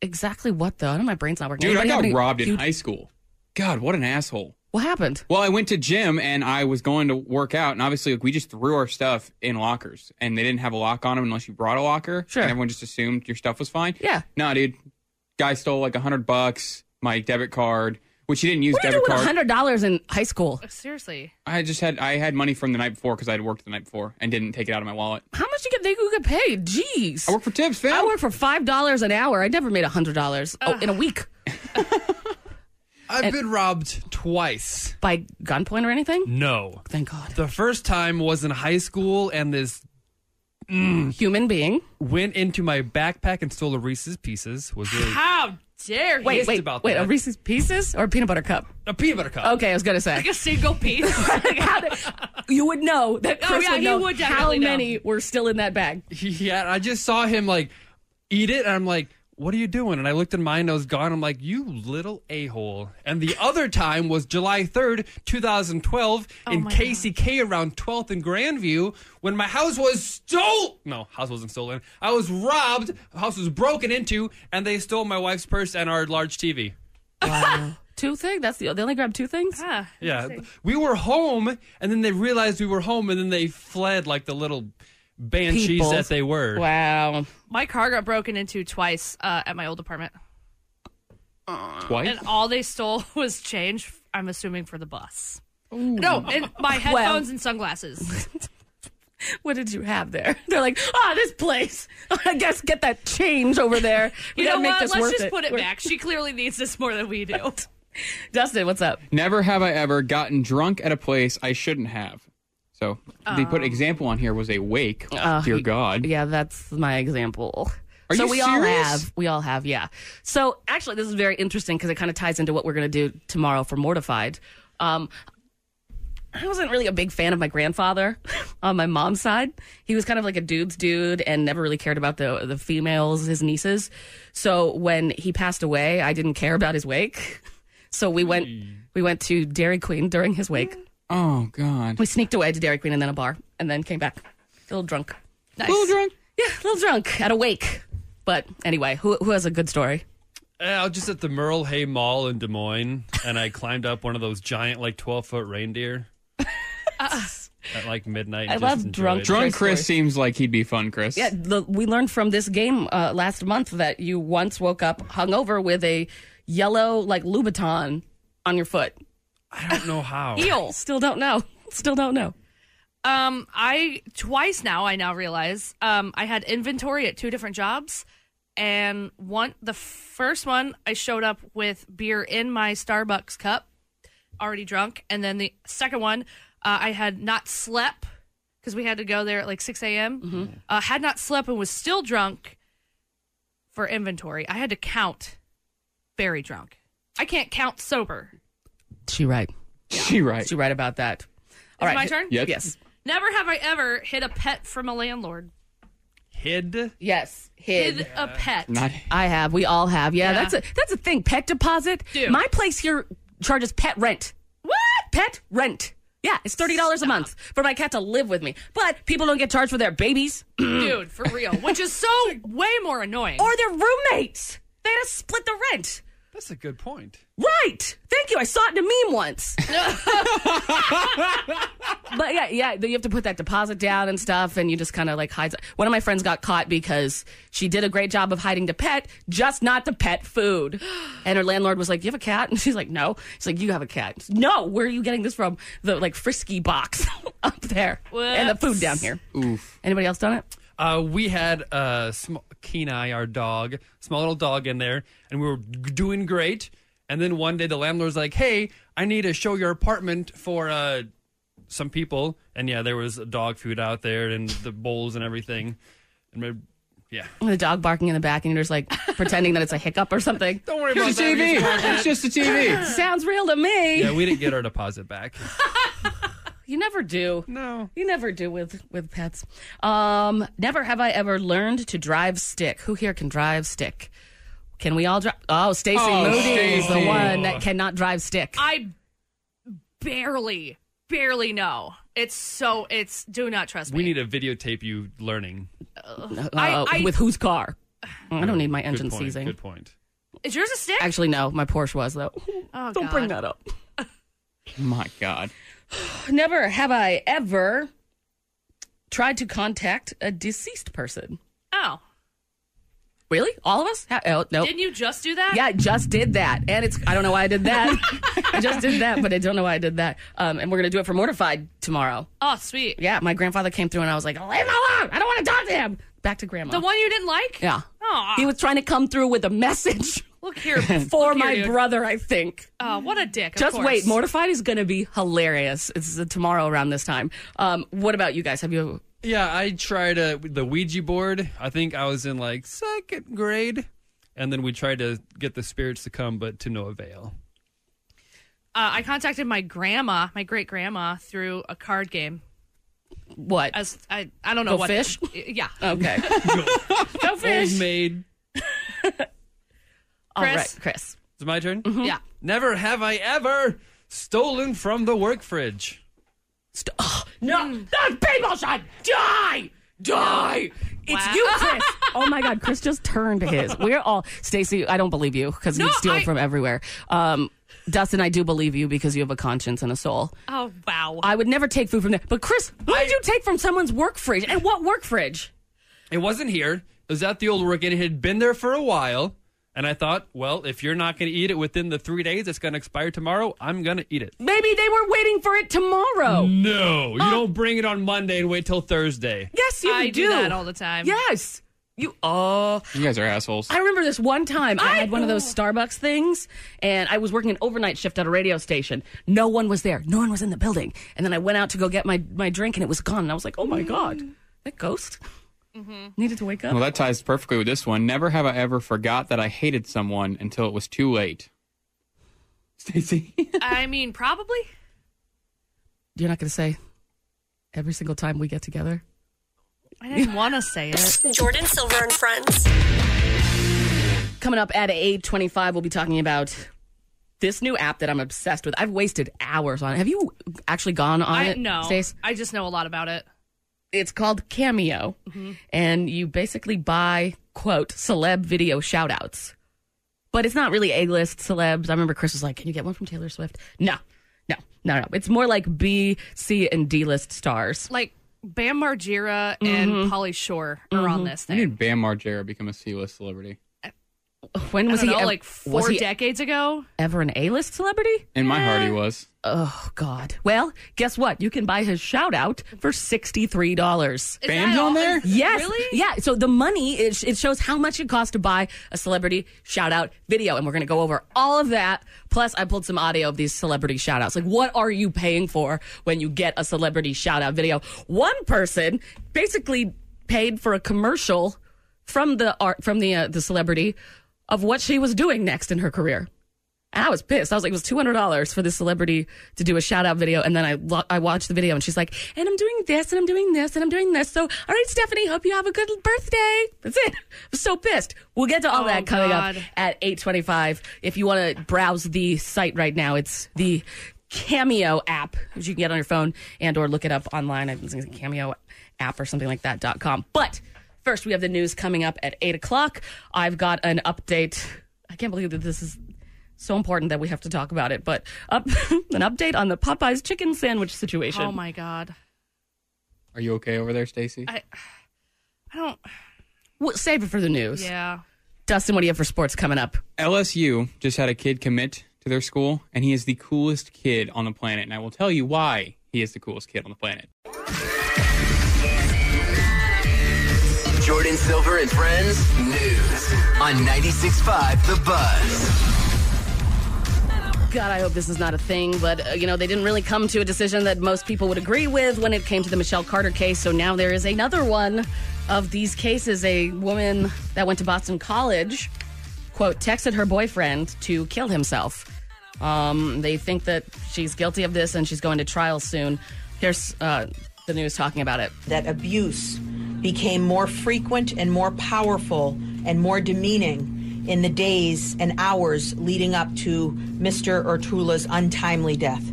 Speaker 2: exactly what though. I know my brain's not working.
Speaker 5: Dude,
Speaker 2: Anybody
Speaker 5: I
Speaker 2: have
Speaker 5: got
Speaker 2: any
Speaker 5: robbed in
Speaker 2: huge-
Speaker 5: high school. God, what an asshole.
Speaker 2: What happened?
Speaker 5: Well, I went to gym and I was going to work out, and obviously, like, we just threw our stuff in lockers, and they didn't have a lock on them unless you brought a locker. Sure. And everyone just assumed your stuff was fine.
Speaker 2: Yeah.
Speaker 5: No, dude. Guy stole like a hundred bucks, my debit card, which he didn't use
Speaker 2: What did you
Speaker 5: debit
Speaker 2: do with
Speaker 5: card.
Speaker 2: hundred dollars in high school?
Speaker 3: Seriously,
Speaker 5: I just had I had money from the night before because I had worked the night before and didn't take it out of my wallet.
Speaker 2: How much you get? They you get paid? Jeez. I work
Speaker 5: for tips, fam.
Speaker 2: I work for five dollars an hour. I never made a hundred dollars oh, in a week
Speaker 4: I've been robbed twice.
Speaker 2: by gunpoint or anything.
Speaker 4: No.
Speaker 2: Thank God.
Speaker 4: The first time was in high school, and this mm,
Speaker 2: human being
Speaker 4: went into my backpack and stole a Reese's Pieces. Was really
Speaker 3: How dare you?
Speaker 2: Wait, wait, wait. A Reese's Pieces or a peanut butter cup?
Speaker 4: a peanut butter cup.
Speaker 2: Okay, I was gonna say
Speaker 3: like a single piece.
Speaker 2: you would know that.
Speaker 3: Oh,
Speaker 2: Chris
Speaker 3: yeah,
Speaker 2: would
Speaker 3: he
Speaker 2: know
Speaker 3: would
Speaker 2: how
Speaker 3: definitely know.
Speaker 2: many were still in that bag.
Speaker 4: Yeah, and I just saw him like eat it, and I'm like, "What are you doing?" And I looked at mine, and I was gone. I'm like, "You little a hole." And the other time was July 3rd, 2012, in KCK around 12th and Grandview, when my house was stolen. No, house wasn't stolen. I was robbed. House was broken into, and they stole my wife's purse and our large TV.
Speaker 2: Two things. That's the they only grabbed two things.
Speaker 4: Yeah, we were home, and then they realized we were home, and then they fled like the little banshees
Speaker 2: People.
Speaker 4: that they were.
Speaker 2: Wow.
Speaker 3: my car got broken into twice uh, at my old apartment,
Speaker 4: Twice?
Speaker 3: and all they stole was change. I'm assuming for the bus. No, and my headphones
Speaker 2: Well.
Speaker 3: and sunglasses.
Speaker 2: What did you have there? They're like, ah, this place. I guess get that change over there. We
Speaker 3: You know
Speaker 2: gotta make
Speaker 3: what?
Speaker 2: this
Speaker 3: Let's
Speaker 2: worth
Speaker 3: just
Speaker 2: it.
Speaker 3: put it
Speaker 2: We're-
Speaker 3: back. She clearly needs this more than we do.
Speaker 2: Dustin, what's up?
Speaker 5: Never have I ever gotten drunk at a place I shouldn't have. So they put example on here was a wake.
Speaker 2: Uh,
Speaker 5: dear God.
Speaker 2: Oh. Yeah, that's my example.
Speaker 5: Are
Speaker 2: so
Speaker 5: you
Speaker 2: we all
Speaker 5: serious?
Speaker 2: have. We all have, yeah. So actually, this is very interesting because it kind of ties into what we're going to do tomorrow for Mortified. Um, I wasn't really a big fan of my grandfather on my mom's side. He was kind of like a dude's dude and never really cared about the the females, his nieces. So when he passed away, I didn't care about his wake. So we went we went to Dairy Queen during his wake.
Speaker 5: Oh God.
Speaker 2: We sneaked away to Dairy Queen and then a bar, and then came back a little drunk. Nice.
Speaker 5: Little drunk.
Speaker 2: Yeah, a little drunk at a wake. But anyway, who who has a good story?
Speaker 4: Uh, I was just at the Merle Hay Mall in Des Moines, and I climbed up one of those giant, like twelve foot reindeer at like midnight. and
Speaker 2: I
Speaker 4: just
Speaker 2: love
Speaker 4: enjoyed
Speaker 2: drunk
Speaker 4: it.
Speaker 5: Drunk Chris seems like he'd be fun, Chris.
Speaker 2: Yeah, the, we learned from this game uh, last month that you once woke up hungover with a yellow like Louboutin on your foot.
Speaker 4: I don't know how.
Speaker 3: Eel.
Speaker 2: Still don't know. Still don't know.
Speaker 3: Um, I twice now. I now realize. Um, I had inventory at two different jobs, and one the first one I showed up with beer in my Starbucks cup, already drunk, and then the second one uh, I had not slept because we had to go there at like six
Speaker 2: Mm-hmm.
Speaker 3: a.m.
Speaker 16: Mm-hmm.
Speaker 3: Uh, had not slept and was still drunk for inventory. I had to count, very drunk. I can't count sober.
Speaker 2: She right.
Speaker 5: She right.
Speaker 2: She right about that.
Speaker 3: Is it my turn?
Speaker 5: Yep.
Speaker 2: Yes.
Speaker 3: Never have I ever hid a pet from a landlord.
Speaker 4: Hid.
Speaker 2: Yes.
Speaker 3: Hid
Speaker 2: Hid.
Speaker 3: a pet.
Speaker 5: Not
Speaker 2: I have. We all have. Yeah,
Speaker 3: Yeah.
Speaker 2: that's a that's a thing. Pet deposit.
Speaker 3: Dude.
Speaker 2: My place here charges pet rent. What? Pet rent. Yeah, it's thirty dollars a month for my cat to live with me. But people don't get charged for their babies
Speaker 3: dude, for real. Which is so way more annoying.
Speaker 2: or their roommates. They had to split the rent.
Speaker 4: That's a good point.
Speaker 7: Right. Thank you. I saw it in a meme once.
Speaker 2: but yeah, yeah, you have to put that deposit down and stuff, and you just kind of like hides. One of my friends got caught because she did a great job of hiding the pet, just not the pet food. And her landlord was like, "You have a cat?" And she's like, "No." He's like, "You have a cat?" She's, no. Where are you getting this from? The like frisky box up there and the food down here.
Speaker 5: Oof.
Speaker 2: Anybody else done it?
Speaker 4: Uh, we had uh, sm- Kenai, our dog, small little dog in there, and we were g- doing great. And then one day the landlord's like, hey, I need to show your apartment for uh, some people. And yeah, there was dog food out there and the bowls and everything. And my, yeah.
Speaker 2: With a dog barking in the back, and you're just like pretending that it's a hiccup or something. Don't
Speaker 4: worry Here's about a that. We just
Speaker 5: TV. It's just a TV.
Speaker 2: Sounds real to me.
Speaker 4: Yeah, we didn't get our deposit back.
Speaker 2: You never do.
Speaker 4: No.
Speaker 2: You never do with with pets. Um, never have I ever learned to drive stick. Who here can drive stick? Can we all drive? Oh, Stacy
Speaker 3: Oh,
Speaker 2: Moody is the
Speaker 3: Stacey.
Speaker 2: one that cannot drive stick.
Speaker 3: I barely, barely know. It's so, it's, do not trust me.
Speaker 4: We need to videotape you learning.
Speaker 2: Uh, with whose car? I don't need my
Speaker 4: Good
Speaker 2: engine
Speaker 4: point,
Speaker 2: seizing.
Speaker 4: Good point.
Speaker 3: Is yours a stick?
Speaker 2: Actually, no, my Porsche was though.
Speaker 3: Oh,
Speaker 2: don't bring
Speaker 3: God.
Speaker 2: that up.
Speaker 5: My God.
Speaker 2: Never have I ever tried to contact a deceased person.
Speaker 3: Oh.
Speaker 2: Really? All of us? Ha- Oh, no.
Speaker 3: Didn't you just do that?
Speaker 2: Yeah, I just did that. And it's, I don't know why I did that. I just did that, but I don't know why I did that. Um, and we're going to do it for Mortified tomorrow.
Speaker 3: Oh, sweet.
Speaker 2: Yeah, my grandfather came through and I was like, leave him alone. I don't want to talk to him. Back to grandma.
Speaker 3: The one you didn't like?
Speaker 2: Yeah.
Speaker 3: Oh,
Speaker 2: He was trying to come through with a message
Speaker 3: look here.
Speaker 2: for
Speaker 3: look here,
Speaker 2: my
Speaker 3: dude.
Speaker 2: brother, I think.
Speaker 3: Oh, what a dick. of
Speaker 2: Just
Speaker 3: course.
Speaker 2: wait. Mortified is going to be hilarious. It's uh, tomorrow around this time. Um, what about you guys? Have you.
Speaker 4: Yeah, I tried uh, the Ouija board. I think I was in like second grade. And then we tried to get the spirits to come, but to no avail.
Speaker 3: Uh, I contacted my grandma, my great grandma, through a card game.
Speaker 2: What?
Speaker 3: As, I, I don't know
Speaker 2: Go
Speaker 3: what.
Speaker 2: fish?
Speaker 3: Yeah.
Speaker 2: Okay. Go fish.
Speaker 4: Homemade.
Speaker 2: All
Speaker 4: Chris?
Speaker 2: right, Chris. Mm-hmm.
Speaker 4: It's my turn?
Speaker 3: Yeah.
Speaker 4: Never have I ever stolen from the work fridge.
Speaker 2: No, those people should die. Die. It's
Speaker 3: Wow.
Speaker 2: you, Chris. oh my God, Chris just turned his. We're all Stacy. I don't believe you because
Speaker 3: No,
Speaker 2: you steal
Speaker 3: I-
Speaker 2: from everywhere. Um, Dustin, I do believe you because you have a conscience and a soul.
Speaker 3: Oh, wow.
Speaker 2: I would never take food from there. But Chris, what did you take from someone's work fridge? And what work fridge?
Speaker 4: It wasn't here. It was at the old work, and it had been there for a while. And I thought, well, if you're not going to eat it within the three days, it's going to expire tomorrow. I'm going to eat it.
Speaker 2: Maybe they were waiting for it tomorrow. Oh,
Speaker 4: No, you don't bring it on Monday and wait till Thursday.
Speaker 2: Yes, you
Speaker 3: I do.
Speaker 2: do
Speaker 3: that all the time.
Speaker 2: Yes, you. Oh,
Speaker 5: You guys are assholes.
Speaker 2: I remember this one time I, had one of those Starbucks things, and I was working an overnight shift at a radio station. No one was there. No one was in the building. And then I went out to go get my, my drink, and it was gone. And I was like, oh my god,
Speaker 3: Mm-hmm.
Speaker 2: that ghost needed to wake up.
Speaker 5: Well, that ties perfectly with this one. Never have I ever forgot that I hated someone until it was too late. Stacy.
Speaker 3: I mean, probably.
Speaker 2: You're not going to say every single time we get together.
Speaker 3: I didn't want to say it.
Speaker 12: Jordan Silver and Friends.
Speaker 2: Coming up at eight twenty five, we'll be talking about. This new app that I'm obsessed with. I've wasted hours on it. Have you actually gone on
Speaker 3: I
Speaker 2: it?
Speaker 3: know.
Speaker 2: Stace?
Speaker 3: I just know a lot about it. Mm-hmm.
Speaker 2: it's called Cameo, and you basically buy quote celeb video shout outs. But it's not really A list celebs. I remember Chris was like, Can you get one from Taylor Swift? No, no, no, no. It's more like B, C, and D list stars.
Speaker 3: Like Bam Margera
Speaker 2: Mm-hmm.
Speaker 3: and Polly Shore are on this
Speaker 5: When
Speaker 3: thing.
Speaker 5: did Bam Margera become a C-list celebrity?
Speaker 2: When
Speaker 3: I
Speaker 2: was
Speaker 3: don't
Speaker 2: he
Speaker 3: know,
Speaker 2: ev-
Speaker 3: like
Speaker 2: was
Speaker 3: four
Speaker 2: he
Speaker 3: decades ago?
Speaker 2: ever an A list celebrity?
Speaker 5: In my
Speaker 2: Eh,
Speaker 5: heart, he was.
Speaker 2: Oh God. Well, guess what? You can buy his shout out for sixty three dollars.
Speaker 3: Is
Speaker 5: Bam's
Speaker 3: that
Speaker 5: on
Speaker 3: all-
Speaker 5: there?
Speaker 2: Yes.
Speaker 3: Really?
Speaker 2: Yeah. So the money it, sh- it shows how much it costs to buy a celebrity shout out video, and we're going to go over all of that. Plus, I pulled some audio of these celebrity shout outs. Like, what are you paying for when you get a celebrity shout out video? One person basically paid for a commercial from the art from the uh, the celebrity of what she was doing next in her career. And I was pissed. I was like, it was two hundred dollars for this celebrity to do a shout out video, and then I lo- I watched the video, and she's like, and I'm doing this, and I'm doing this, and I'm doing this. So, all right, Stephanie, hope you have a good birthday. That's it. I'm so pissed. We'll get to all
Speaker 3: Oh,
Speaker 2: that coming
Speaker 3: God.
Speaker 2: up at eight twenty five. If you want to browse the site right now, it's the Cameo app, which you can get on your phone and or look it up online. I think it's a Cameo app or something like that dot com. But first, we have the news coming up at eight o'clock. I've got an update. I can't believe that this is so important that we have to talk about it. But up, an update on the Popeyes chicken sandwich situation.
Speaker 3: Oh my god.
Speaker 5: Are you okay over there, Stacy?
Speaker 3: I I don't
Speaker 2: Well, save it for the news.
Speaker 3: Yeah.
Speaker 2: Dustin, what do you have for sports coming up?
Speaker 5: LSU just had a kid commit to their school, and he is the coolest kid on the planet. And I will tell you why he is the coolest kid on the planet.
Speaker 6: Jordan Silver and Friends News on 96.5 The Buzz.
Speaker 2: God, I hope this is not a thing, but uh, you know, they didn't really come to a decision that most people would agree with when it came to the Michelle Carter case. So now there is another one of these cases. A woman that went to Boston College, quote, texted her boyfriend to kill himself. Um, they think that she's guilty of this and she's going to trial soon. Here's uh, the news talking about it.
Speaker 15: That abuse became more frequent and more powerful and more demeaning in the days and hours leading up to Mr. Ertula's untimely death.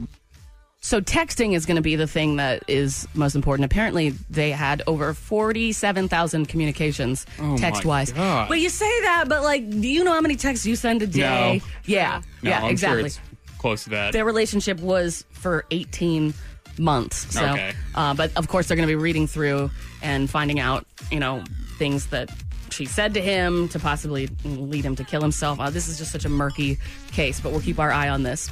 Speaker 2: So texting is going to be the thing that is most important. Apparently, they had over forty-seven thousand communications
Speaker 5: Oh
Speaker 7: my
Speaker 2: text-wise.
Speaker 7: God.
Speaker 2: Well, you say that, but like, do you know how many texts you send a day?
Speaker 5: No.
Speaker 2: Yeah,
Speaker 5: No,
Speaker 2: yeah,
Speaker 5: I'm sure
Speaker 2: exactly.
Speaker 5: it's close to that.
Speaker 2: Their relationship was for eighteen months. So,
Speaker 5: Okay.
Speaker 2: uh, but of course, they're going to be reading through and finding out, you know, things that she said to him to possibly lead him to kill himself. Uh, this is just such a murky case, but we'll keep our eye on this.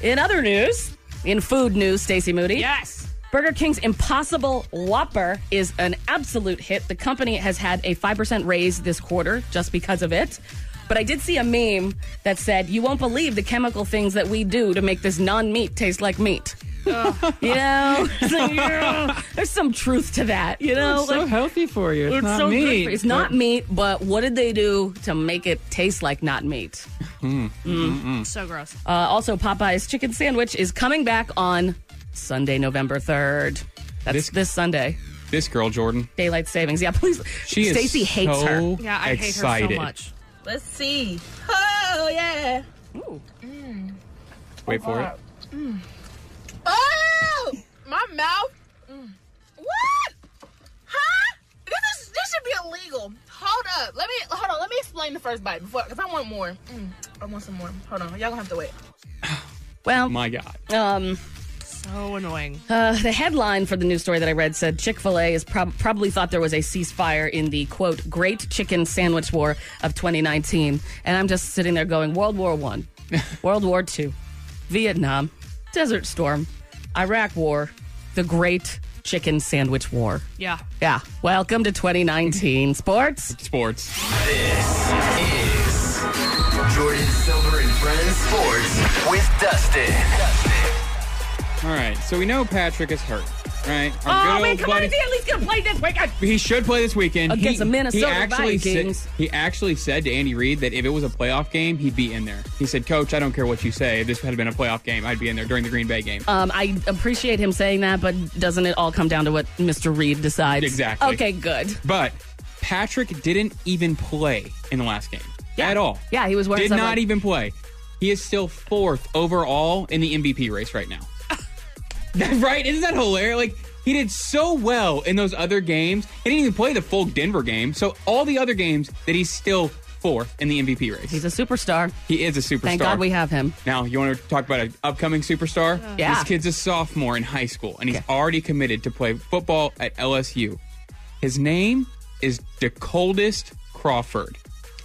Speaker 2: In other news, in food news, Stacey Moody. Yes. Burger King's Impossible Whopper is an absolute hit. The company has had a 5% raise this quarter just because of it. But I did see a meme that said, You won't believe the chemical things that we do to make this non meat taste like meat. you know? It's like, yeah, there's some truth to that, you know? Like,
Speaker 5: healthy for you.
Speaker 2: it's so good for- it's not meat, but what did they do to make it taste like not meat?
Speaker 3: Mm-hmm. So gross.
Speaker 2: Uh, also, Popeye's chicken sandwich is coming back on Sunday, November third. That's this, Sunday.
Speaker 5: This girl, Jordan.
Speaker 2: Daylight savings. Yeah, please.
Speaker 5: She is
Speaker 2: Stacy hates
Speaker 5: so
Speaker 2: her.
Speaker 5: Yeah, I hate her so excited. much.
Speaker 16: Let's see. Oh yeah. Mm.
Speaker 5: Wait for it.
Speaker 16: Mm. Oh, my mouth. Mm. What? Huh? This is this should be illegal. Hold up. Let me hold on. Let me explain the first bite before, because I want more. Mm. I want some more. Hold on. Y'all gonna have to wait.
Speaker 2: Well,
Speaker 5: my God.
Speaker 2: Um,
Speaker 3: so annoying.
Speaker 2: Uh, the headline for the news story that I read said Chick fil A is prob- probably thought there was a ceasefire in the quote, Great Chicken Sandwich War of 2019. And I'm just sitting there going, World War One, World War Two, Vietnam, Desert Storm, Iraq War, the Great Chicken Sandwich War.
Speaker 3: Yeah.
Speaker 2: Yeah. Welcome to 2019 sports.
Speaker 5: Sports.
Speaker 6: This is Jordan Silver and Friends Sports with Dustin.
Speaker 5: All right. So we know Patrick is hurt, right?
Speaker 2: oh,
Speaker 5: good
Speaker 2: man,
Speaker 5: old
Speaker 2: come
Speaker 5: buddy-
Speaker 2: on, is he at least going to play this weekend?
Speaker 5: He should play this weekend
Speaker 2: Against
Speaker 5: He-
Speaker 2: the Minnesota
Speaker 5: He actually
Speaker 2: Vikings.
Speaker 5: said he actually said to Andy Reid that if it was a playoff game, he'd be in there. He said, "Coach, I don't care what you say. If this had been a playoff game, I'd be in there during the Green Bay game."
Speaker 2: Um, I appreciate him saying that, but doesn't it all come down to what Mr. Reed decides?
Speaker 5: Exactly.
Speaker 2: Okay, good.
Speaker 5: But Patrick didn't even play in the last game at all.
Speaker 2: Yeah, he was wearing.
Speaker 5: Did
Speaker 2: some,
Speaker 5: not
Speaker 2: like-
Speaker 5: even play. He is still fourth overall in the MVP race right now. right? Isn't that hilarious? Like he did so well in those other games. He didn't even play the full Denver game. So all the other games that he's still fourth in the MVP race. He's
Speaker 2: a superstar.
Speaker 5: He is a superstar.
Speaker 2: Thank God we have him.
Speaker 5: Now, you want to talk about an upcoming superstar?
Speaker 2: Yeah.
Speaker 5: This kid's a sophomore in high school, and he's already committed to play football at LSU. His name is DeColdest Crawford.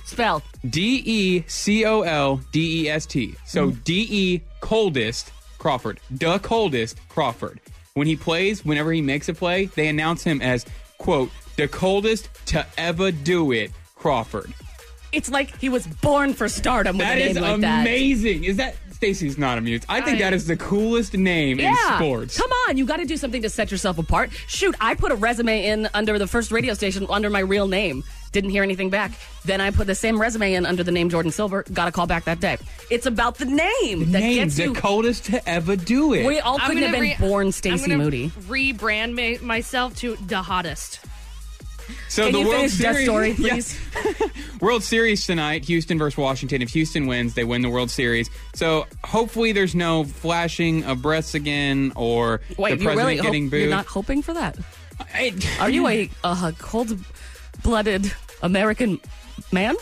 Speaker 2: Spelled
Speaker 5: D E C O L D E S T. So
Speaker 2: Mm.
Speaker 5: D E Coldest Crawford. DeColdest Crawford. When he plays, whenever he makes a play, they announce him as, quote, the coldest to ever do it, Crawford.
Speaker 2: It's like he was born for stardom with
Speaker 5: That
Speaker 2: a name
Speaker 5: is
Speaker 2: like that.
Speaker 5: amazing. Is that Stacy's not amused? I think
Speaker 2: I-
Speaker 5: that is the coolest name in
Speaker 2: Yeah.
Speaker 5: sports.
Speaker 2: Come on, you got to do something to set yourself apart. Shoot, I put a resume in under the first radio station under my real name. Didn't hear anything back. Then I put the same resume in under the name Jordan Silver. Got a call back that day. It's about the name that
Speaker 5: Name
Speaker 2: gets
Speaker 5: the
Speaker 2: you.
Speaker 5: coldest to ever do it.
Speaker 2: We all
Speaker 3: I'm
Speaker 2: couldn't have
Speaker 3: gonna
Speaker 2: been
Speaker 3: re-
Speaker 2: born
Speaker 3: I'm
Speaker 2: Stacy
Speaker 3: gonna
Speaker 2: Moody.
Speaker 3: Rebrand ma- myself to the hottest.
Speaker 5: So
Speaker 3: Can
Speaker 5: the
Speaker 3: you
Speaker 5: World
Speaker 3: finish
Speaker 5: Series,
Speaker 3: Death Story,
Speaker 5: Yeah.
Speaker 3: please?
Speaker 5: World Series tonight, Houston versus Washington. If Houston wins, they win the World Series. So hopefully, there's no flashing of breasts again, or
Speaker 2: Wait,
Speaker 5: the
Speaker 2: you
Speaker 5: president
Speaker 2: really hope,
Speaker 5: getting booed.
Speaker 2: you're not hoping for that? Are you a, a cold-blooded American man?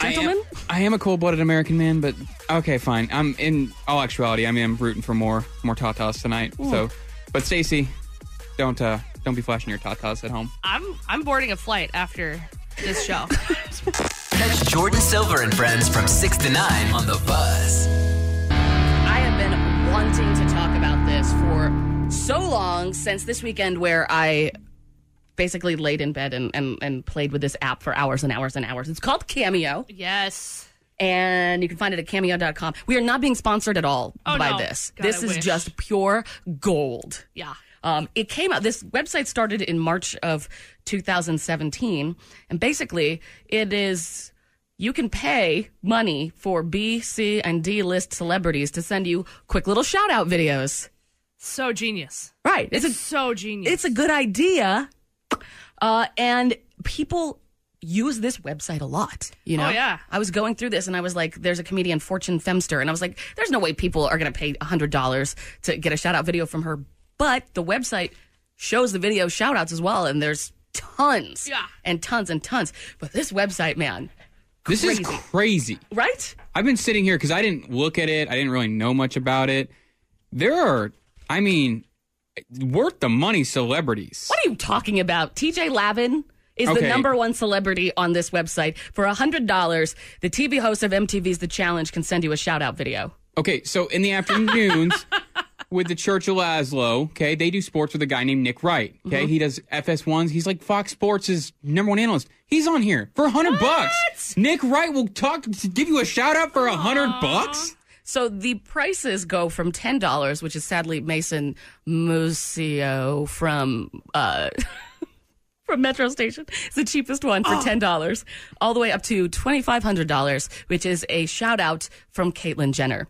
Speaker 2: Gentlemen?
Speaker 5: I am, I am a cold-blooded American man, but okay, fine. I'm in all actuality. I mean, I'm rooting for more more tatas tonight.
Speaker 2: Ooh.
Speaker 5: So, but Stacy, don't uh, don't be flashing your tatas at home.
Speaker 3: I'm I'm boarding a flight after this show.
Speaker 6: Catch Jordan Silver and friends from 6 to 9 on The Buzz.
Speaker 2: I have been wanting to talk about this for so long since this weekend where I basically laid in bed and, and, and played with this app for hours and hours and hours. It's called Cameo.
Speaker 3: Yes.
Speaker 2: And you can find it at cameo.com. We are not being sponsored at all
Speaker 3: Oh,
Speaker 2: by
Speaker 3: no.
Speaker 2: this.
Speaker 3: God,
Speaker 2: this
Speaker 3: I
Speaker 2: is
Speaker 3: wish.
Speaker 2: just pure gold.
Speaker 3: Yeah.
Speaker 2: Um, it came out, this website started in March of 2017. And basically, it is you can pay money for B, C, and D list celebrities to send you quick little shout out videos.
Speaker 3: So genius.
Speaker 2: Right.
Speaker 3: It's, so genius.
Speaker 2: It's a good idea. Uh, and people use this website a lot. You know?
Speaker 3: Oh, yeah.
Speaker 2: I was going through this and I was like, there's a comedian, Fortune Femster. And I was like, there's no way people are going to pay $100 to get a shout out video from her. But the website shows the video shout outs as well. And there's tons yeah. and tons and tons. But this website, man,
Speaker 5: This is
Speaker 2: Crazy.
Speaker 5: crazy.
Speaker 2: right?
Speaker 5: I've been sitting here because I didn't look at it. I didn't really know much about it. There are, I mean, worth the money celebrities.
Speaker 2: What are you talking about? TJ Lavin is the
Speaker 5: Okay.
Speaker 2: number one celebrity on this website. For $100, the TV host of MTV's The Challenge can send you a shout out video.
Speaker 5: Okay, so in the afternoons with the Church of Laszlo, okay, they do sports with a guy named Nick Wright. Okay,
Speaker 2: Uh-huh.
Speaker 5: he does FS1s. He's like Fox Sports' number one analyst. He's on here for a hundred bucks. Nick Wright will talk to give you a shout out for a hundred bucks.
Speaker 2: So the prices go from ten dollars, which is sadly Mason Musio from uh, from Metro Station. It's the cheapest one
Speaker 5: Ah.
Speaker 2: for ten dollars, all the way up to twenty five hundred dollars, which is a shout out from Caitlyn Jenner.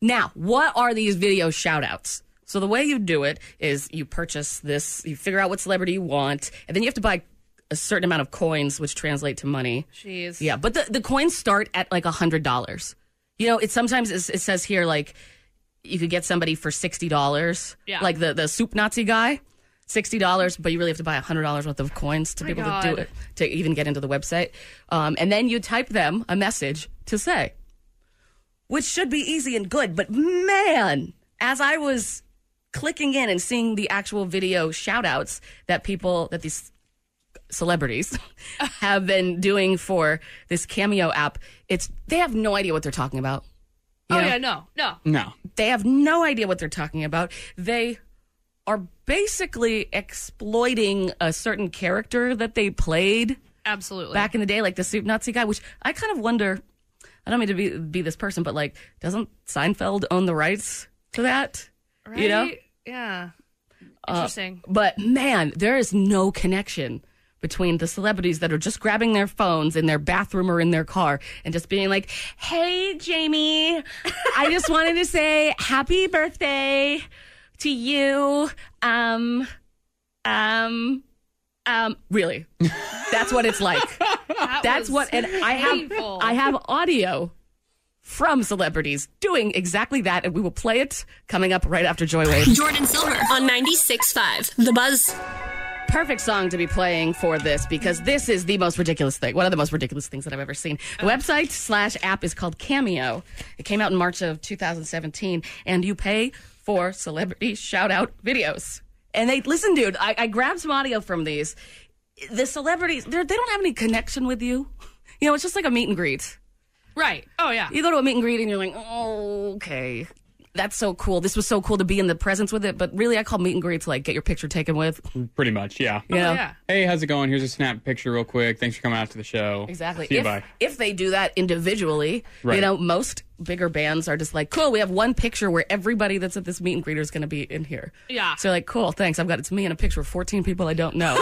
Speaker 2: Now, what are these video shout outs? So the way you do it is you purchase this, you figure out what celebrity you want, and then you have to buy a certain amount of coins, which translate to money.
Speaker 3: Jeez.
Speaker 2: Yeah, but the, the coins start at like a hundred dollars. You know, it sometimes is, it says here like you could get somebody for sixty dollars.
Speaker 3: Yeah.
Speaker 2: Like the the soup Nazi guy, sixty dollars, but you really have to buy a hundred dollars worth of coins to
Speaker 3: My
Speaker 2: be able to
Speaker 3: God.
Speaker 2: do it to even get into the website. Um, and then you type them a message to say, which should be easy and good. But man, as I was clicking in and seeing the actual video shout outs that people that these celebrities have been doing for this cameo app it's they have no idea what they're talking about you
Speaker 3: oh
Speaker 2: know?
Speaker 3: yeah, no, no.
Speaker 5: No.
Speaker 2: they have no idea what they're talking about they are basically exploiting a certain character that they played
Speaker 3: Absolutely.
Speaker 2: back in the day like the soup nazi guy which i kind of wonder i don't mean to be, be this person but like doesn't seinfeld own the rights to that you know
Speaker 3: Right? Yeah.
Speaker 2: uh,
Speaker 3: Interesting.
Speaker 2: but man, there is no connection between the celebrities that are just grabbing their phones in their bathroom or in their car and just being like, hey, Jamie, I just wanted to say happy birthday to you. Um, um, um, really. That's what it's like. That's
Speaker 3: was
Speaker 2: what, and I have,
Speaker 3: painful.
Speaker 2: I have audio from celebrities doing exactly that, and we will play it coming up right after Joywave.
Speaker 12: Jordan Silver on 96.5. The Buzz.
Speaker 2: Perfect song to be playing for this because this is the most ridiculous thing. One of the most ridiculous things that I've ever seen. The website slash app is called Cameo. It came out in March of 2017, and you pay for celebrity shout out videos. And they listen, dude. I, I grabbed some audio from these. The celebrities, they're- they don't have any connection with you. You know, it's just like a meet and greet.
Speaker 3: Right. Oh yeah.
Speaker 2: You go to a meet and greet and you're like, oh, okay. That's so cool. This was so cool to be in the presence with it. But really, I call meet and greets like get your picture taken with.
Speaker 5: Pretty much, yeah.
Speaker 2: You know? Oh, yeah.
Speaker 5: Hey, how's it going? Here's a snap picture, real quick. Thanks for coming out to the show.
Speaker 2: Exactly.
Speaker 5: See you,
Speaker 2: if,
Speaker 5: bye.
Speaker 2: if they do that individually, you
Speaker 5: Right.
Speaker 2: know, most bigger bands are just like, cool, we have one picture where everybody that's at this meet and greet is going to be in here.
Speaker 3: Yeah.
Speaker 2: So, like, cool, thanks. I've got it's me and a picture of 14 people I don't know.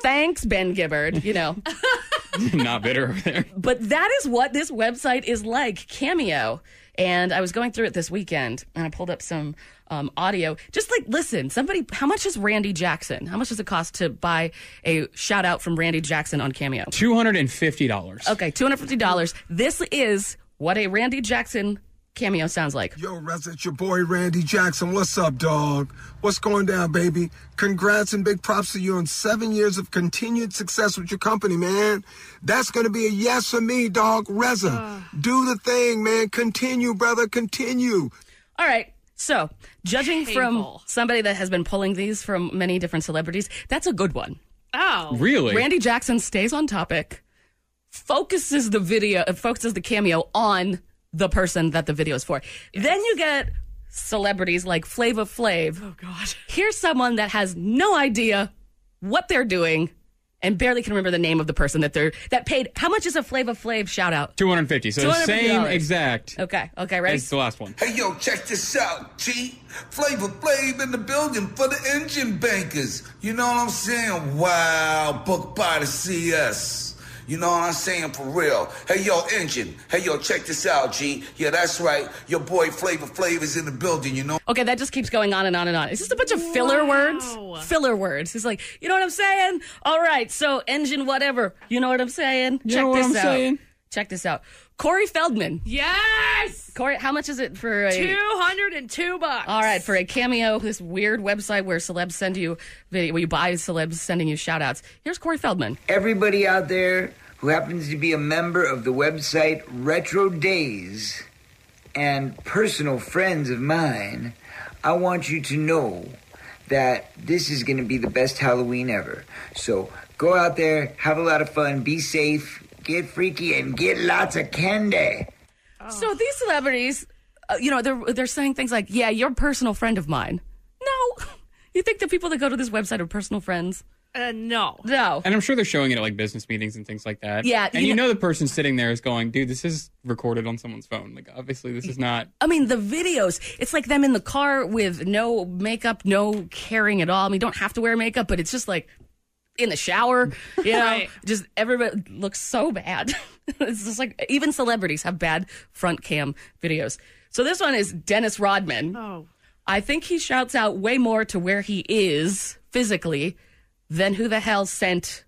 Speaker 2: thanks, Ben Gibbard, you know.
Speaker 5: Not bitter over there.
Speaker 2: But that is what this website is like, Cameo. And I was going through it this weekend and I pulled up some um, audio. Just like, listen, somebody, how much is Randy Jackson? How much does it cost to buy a shout out from Randy Jackson on Cameo?
Speaker 5: Two hundred and fifty dollars.
Speaker 2: Okay, two hundred fifty dollars. This is what a Randy Jackson cameo sounds like.
Speaker 17: Yo, Rez, it's your boy Randy Jackson. What's up, dog? What's going down, baby? Congrats and big props to you on seven years of continued success with your company, man. That's going to be a yes for me, dog. Reza, do the thing, man. Continue, brother. Continue.
Speaker 2: All right. So, judging from
Speaker 17: Painful.
Speaker 2: somebody that has been pulling these from many different celebrities, that's a good one.
Speaker 3: Oh.
Speaker 5: Really?
Speaker 2: Randy Jackson stays on topic, focuses the video, uh, focuses the cameo on the person that the video is for. Then you get celebrities like Flava Flav. Oh, God. Here's someone that has no idea what they're doing and barely can remember the name of the person that they're that paid. How much is a Flava Flav shout out?
Speaker 5: 250. So the same
Speaker 2: $250.
Speaker 5: exact
Speaker 2: Okay, okay, ready?
Speaker 5: as the last one.
Speaker 18: Hey yo, check this out, G. Flavor Flav in the building for the engine bankers. You know what I'm saying? Wow, book by the CS. You know what I'm saying for real. Hey yo, engine. Hey yo, check this out, G. Yeah, that's right. Your boy Flavor Flav is in the building. You know.
Speaker 2: Okay, that just keeps going on and on and on. It's just a bunch of filler words. Filler words. It's like, you know what I'm saying? All right, so engine whatever. You know what I'm saying?
Speaker 3: You
Speaker 2: Check
Speaker 3: know what
Speaker 2: this
Speaker 3: I'm
Speaker 2: out.
Speaker 3: saying.
Speaker 2: Check this out. Corey Feldman.
Speaker 3: Yes.
Speaker 2: Corey, how much is it for a?
Speaker 3: Two hundred and two bucks.
Speaker 2: All right, for a cameo, this weird website where celebs send you video, where you buy celebs sending you shout outs. Here's Corey Feldman.
Speaker 19: Everybody out there who happens to be a member of the website Retro Days and personal friends of mine, I want you to know that this is going to be the best Halloween ever. So go out there, have a lot of fun, be safe, get freaky, and get lots of candy.
Speaker 3: Oh.
Speaker 2: So these celebrities, uh, you know, they're they're saying things like, "Yeah, you're a personal friend of mine." No, you think the people that go to this website are personal friends?
Speaker 3: Uh, no,
Speaker 2: no.
Speaker 5: And I'm sure they're showing it at like business meetings and things like that.
Speaker 2: Yeah,
Speaker 5: And
Speaker 2: you
Speaker 5: you, know, the person sitting there is going, dude, this is recorded on someone's phone. Like, obviously, this
Speaker 2: Mm-hmm.
Speaker 5: is not.
Speaker 2: I mean, the videos, it's like them in the car with no makeup, no caring at all. I mean, you don't have to wear makeup, but it's just like in the shower, you know,
Speaker 3: Right.
Speaker 2: just everybody looks so bad. it's just like even celebrities have bad front cam videos. So this one is Dennis Rodman.
Speaker 3: Oh.
Speaker 2: I think he shouts out way more to where he is physically than who the hell sent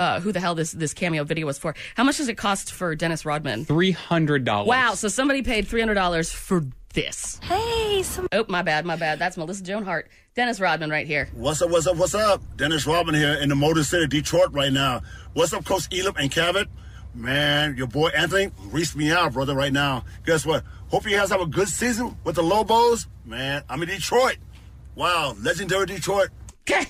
Speaker 2: uh, who the hell this, this cameo video was for. How much does it cost for Dennis Rodman?
Speaker 5: $300.
Speaker 2: Wow, so somebody paid $300 for this. Hey, some- Oh, my bad, my bad. That's Melissa Joan Hart. Dennis Rodman right here.
Speaker 20: What's up, what's up, what's up? Dennis Robin here in the Motor City, Detroit right now. What's up, Coach Elip and Cavett? Man, your boy Anthony reached me out, brother, right now. Guess what? Hope you guys have a good season with the Lobos. Man, I'm in Detroit. Wow, legendary Detroit.
Speaker 2: Okay.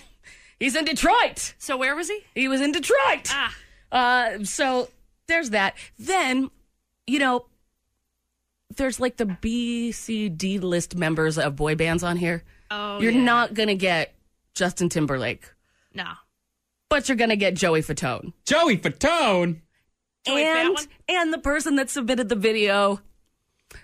Speaker 2: He's in Detroit.
Speaker 3: So where was he?
Speaker 2: He was in Detroit. Ah. Uh, so there's that. Then, you know, there's like the B, C, D list members of boy bands on here.
Speaker 3: Oh,
Speaker 2: you're
Speaker 3: yeah.
Speaker 2: not going to get Justin Timberlake,
Speaker 3: no.
Speaker 2: but you're going to get Joey Fatone.
Speaker 5: Joey Fatone?
Speaker 3: Joey
Speaker 2: and,
Speaker 3: Fatone?
Speaker 2: and the person that submitted the video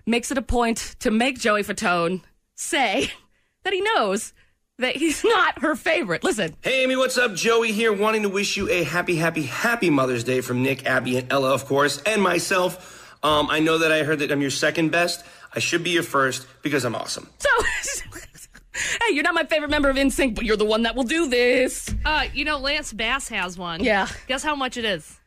Speaker 2: makes it a point to make Joey Fatone say that he knows that he's not her favorite. Listen.
Speaker 21: Hey, Amy, what's up? Joey here, wanting to wish you a happy, happy, happy Mother's Day from Nick, Abby, and Ella, of course, and myself. Um, I know that I heard that I'm your second best. I should be your first because I'm awesome.
Speaker 2: So, hey, you're not my favorite member of NSYNC, but you're the one that will do this.
Speaker 3: Uh, you know, Lance Bass has one.
Speaker 2: Yeah.
Speaker 3: Guess how much it is?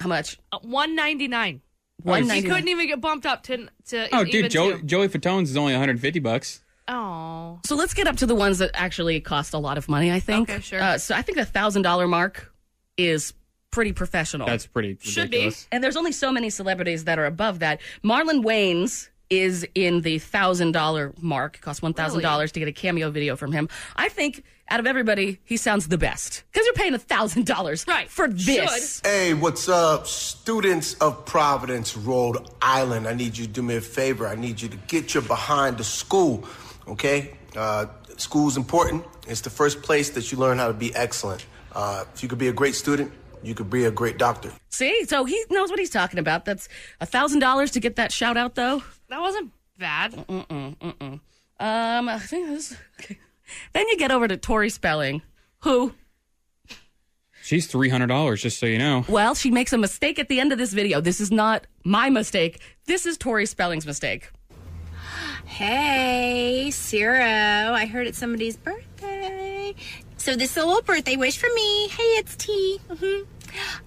Speaker 2: How much?
Speaker 3: Uh, One ninety nine.
Speaker 5: $1.99.
Speaker 3: He couldn't even get bumped up to to.
Speaker 5: Oh,
Speaker 3: even
Speaker 5: dude, Joey,
Speaker 3: two.
Speaker 5: Joey Fatone's is only 150 bucks.
Speaker 3: Oh.
Speaker 2: So let's get up to the ones that actually cost a lot of money, I think.
Speaker 3: Okay, sure.
Speaker 2: Uh, so I think the $1,000 mark is pretty professional.
Speaker 5: That's pretty
Speaker 2: Oh. Should be.
Speaker 5: ridiculous.
Speaker 2: And there's only so many celebrities that are above that. Marlon Wayans is in the $1,000 mark. It costs $1,000 to get a cameo video from him. I think out of everybody, he sounds the best because you're paying $1,000 right. for this.
Speaker 22: Hey, what's up, students of Providence, Rhode Island? I need you to do me a favor. I need you to get your behind to school, okay? Uh, school's important. It's the first place that you learn how to be excellent. Uh, if you could be a great student, you could be a great doctor.
Speaker 2: See? So he knows what he's talking about. That's $1,000 to get that shout out, though.
Speaker 3: That wasn't bad.
Speaker 2: Mm-mm, mm-mm. Um, I think this. Okay. Then you get over to Tori Spelling, who,
Speaker 5: She's $300, just so you know.
Speaker 2: well, she makes a mistake at the end of this video. This is not my mistake. This is Tori Spelling's mistake.
Speaker 23: Hey, Ciro. I heard it's somebody's birthday. So this is a little birthday wish for me. Hey, it's T. hmm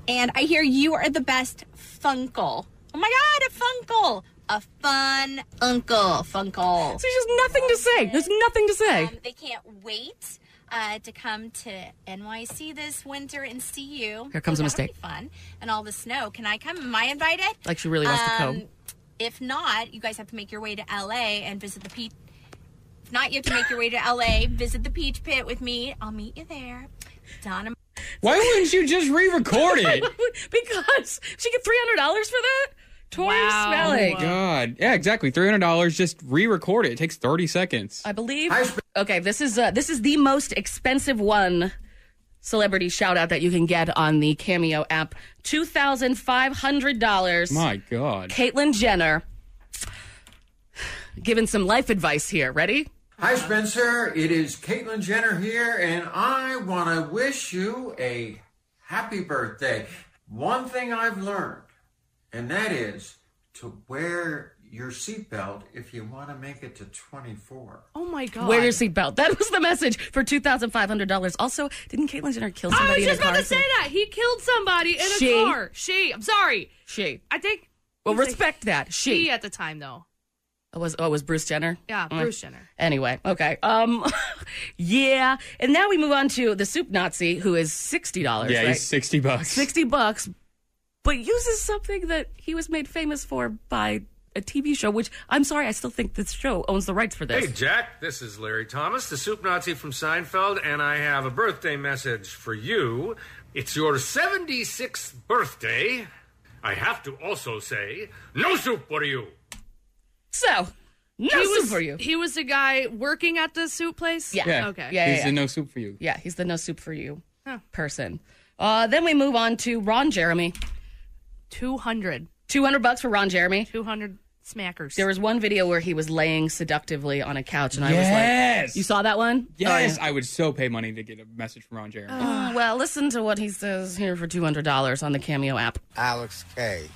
Speaker 23: And I hear you are the best Funkle. Oh my God, a Funkle. a fun uncle, funkle.
Speaker 7: So she has nothing to say. There's nothing to say.
Speaker 23: Um, they can't wait uh, to come to NYC this winter and see you.
Speaker 2: Here comes a
Speaker 23: That'll be
Speaker 2: mistake.
Speaker 23: Fun and all the snow. Can I come? Am I invited? Um,
Speaker 2: Like she really wants to come.
Speaker 23: If not, you guys have to make your way to LA and visit the Peach. If not, you have to make your way to LA, visit the Peach Pit with me. I'll meet you there. Donna.
Speaker 5: Why wouldn't you just re-record it?
Speaker 7: because she get three hundred dollars for that toy smelling.
Speaker 5: Oh, God. Yeah, exactly. $300. Just re-record it. It takes 30 seconds.
Speaker 2: I believe. okay, this is uh, this is the most expensive one celebrity shout out that you can get on the Cameo app. Two thousand five hundred dollars.
Speaker 5: My God.
Speaker 2: Caitlyn Jenner giving some life advice here. Ready?
Speaker 1: Hi, Spencer. It is Caitlin Jenner here, and I want to wish you a happy birthday. One thing I've learned, and that is to wear your seatbelt if you want to make it to 24.
Speaker 3: Oh my god.
Speaker 2: Wear your seatbelt. That was the message for two thousand five hundred dollars. Also, didn't Caitlyn Jenner kill somebody
Speaker 3: Oh, I was
Speaker 2: in a
Speaker 3: just about
Speaker 2: car?
Speaker 3: to say that. He killed somebody in a
Speaker 2: She-
Speaker 3: car. She. I'm sorry.
Speaker 2: She.
Speaker 3: I think.
Speaker 2: Well,
Speaker 3: he's a
Speaker 2: respect that. She.
Speaker 3: he at the time though.
Speaker 2: It was oh, it was Bruce Jenner.
Speaker 3: Yeah,
Speaker 2: Mm.
Speaker 3: Bruce Jenner.
Speaker 2: Anyway, okay, um, yeah, and now we move on to the soup Nazi, who is sixty dollars.
Speaker 5: yeah,
Speaker 2: right?
Speaker 5: he's 60 bucks.
Speaker 2: sixty bucks, but uses something that he was made famous for by a TV show. Which I'm sorry, I still think this show owns the rights for this.
Speaker 8: Hey, Jack, this is Larry Thomas, the soup Nazi from Seinfeld, and I have a birthday message for you. It's your 76th birthday. I have to also say, no soup for you.
Speaker 2: So, no
Speaker 3: he
Speaker 2: soup
Speaker 3: was,
Speaker 2: for you.
Speaker 3: He was the guy working at the soup place.
Speaker 2: Yeah. Oh,
Speaker 3: Okay.
Speaker 2: Yeah, yeah,
Speaker 5: He's
Speaker 2: yeah.
Speaker 5: the no soup for you.
Speaker 2: Yeah, he's the no soup for you
Speaker 3: Huh.
Speaker 2: person. Uh, then we move on to Ron Jeremy.
Speaker 3: Two hundred.
Speaker 2: Two hundred bucks for Ron Jeremy.
Speaker 3: Two hundred smackers.
Speaker 2: There was one video where he was laying seductively on a couch, and I was
Speaker 5: Yes.
Speaker 2: like, "You saw that one?
Speaker 5: Yes, I would so pay money to get a message from Ron Jeremy.
Speaker 2: Uh, well, listen to what he says here for $200 on the Cameo app.
Speaker 9: Alex K.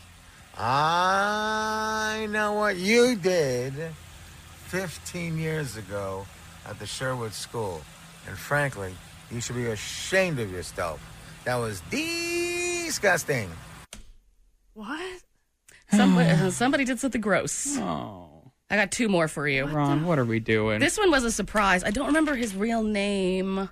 Speaker 9: I know what you did 15 years ago at the Sherwood School. And frankly, you should be ashamed of yourself. That was disgusting.
Speaker 3: What?
Speaker 2: Somebody, uh, somebody did something gross.
Speaker 5: Oh.
Speaker 2: I got two more for you.
Speaker 5: Ron, what are we doing?
Speaker 2: This one was a surprise. I don't remember his real name,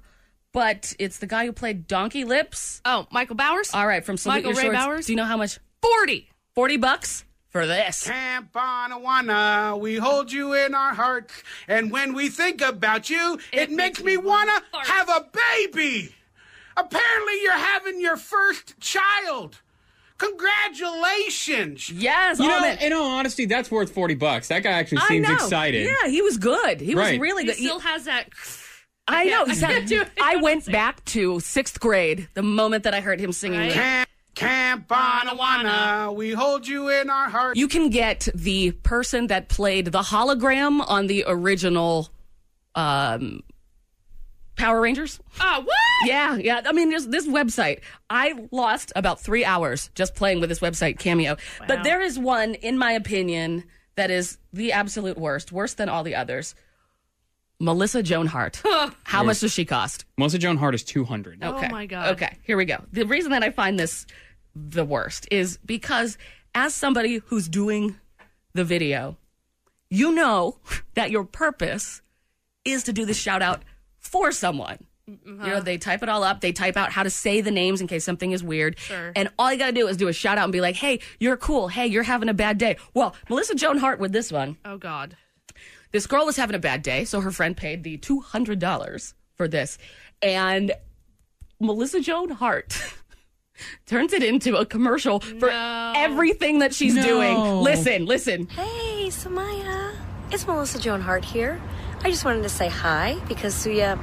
Speaker 2: but it's the guy who played Donkey Lips.
Speaker 3: Oh, Michael Bowers?
Speaker 2: All right, from Salute
Speaker 3: Michael
Speaker 2: Your
Speaker 3: Ray
Speaker 2: Shorts.
Speaker 3: Bowers?
Speaker 2: Do you know how much?
Speaker 3: 40.
Speaker 2: 40 bucks for this.
Speaker 24: Campanawana, we hold you in our hearts, and when we think about you, it, makes, me wanna have a baby. Apparently, you're having your first child. Congratulations!
Speaker 2: Yes, oh,
Speaker 5: you know, in all honesty, that's worth 40 bucks. That guy actually seems excited.
Speaker 2: he was good. He
Speaker 5: Right.
Speaker 3: He still has that.
Speaker 2: I know.
Speaker 3: I
Speaker 2: he's had-
Speaker 3: can't do it.
Speaker 2: I went back to sixth grade the moment that I heard him singing.
Speaker 24: Right.
Speaker 2: that.
Speaker 24: Campanawana, we hold you in our hearts.
Speaker 2: You can get the person that played the hologram on the original um, Power Rangers.
Speaker 3: Oh, what?
Speaker 2: Yeah, yeah. I mean, there's this website. I lost about three hours just playing with this website, Cameo. But there is one, in my opinion, that is the absolute worst, worse than all the others. Melissa Joan Hart.
Speaker 3: Oh,
Speaker 2: How much does she cost?
Speaker 5: Melissa Joan Hart is 200.
Speaker 2: Okay.
Speaker 3: my God.
Speaker 2: Okay, here we go. The reason that I find this the worst is because as somebody who's doing the video, you know that your purpose is to do the shout out for someone.
Speaker 3: Uh-huh.
Speaker 2: You know, they type it all up. They type out how to say the names in case something is weird.
Speaker 3: Sure.
Speaker 2: And all you got to do is do a shout out and be like, hey, you're cool. Hey, you're having a bad day. Well, Melissa Joan Hart with this one.
Speaker 3: Oh, God.
Speaker 2: This girl was having a bad day, so her friend paid the $200 for this. And Melissa Joan Hart turns it into a commercial for everything that she's
Speaker 25: No.
Speaker 2: doing. Listen, listen.
Speaker 25: Hey, Samaya. It's Melissa Joan Hart here. I just wanted to say hi because Suya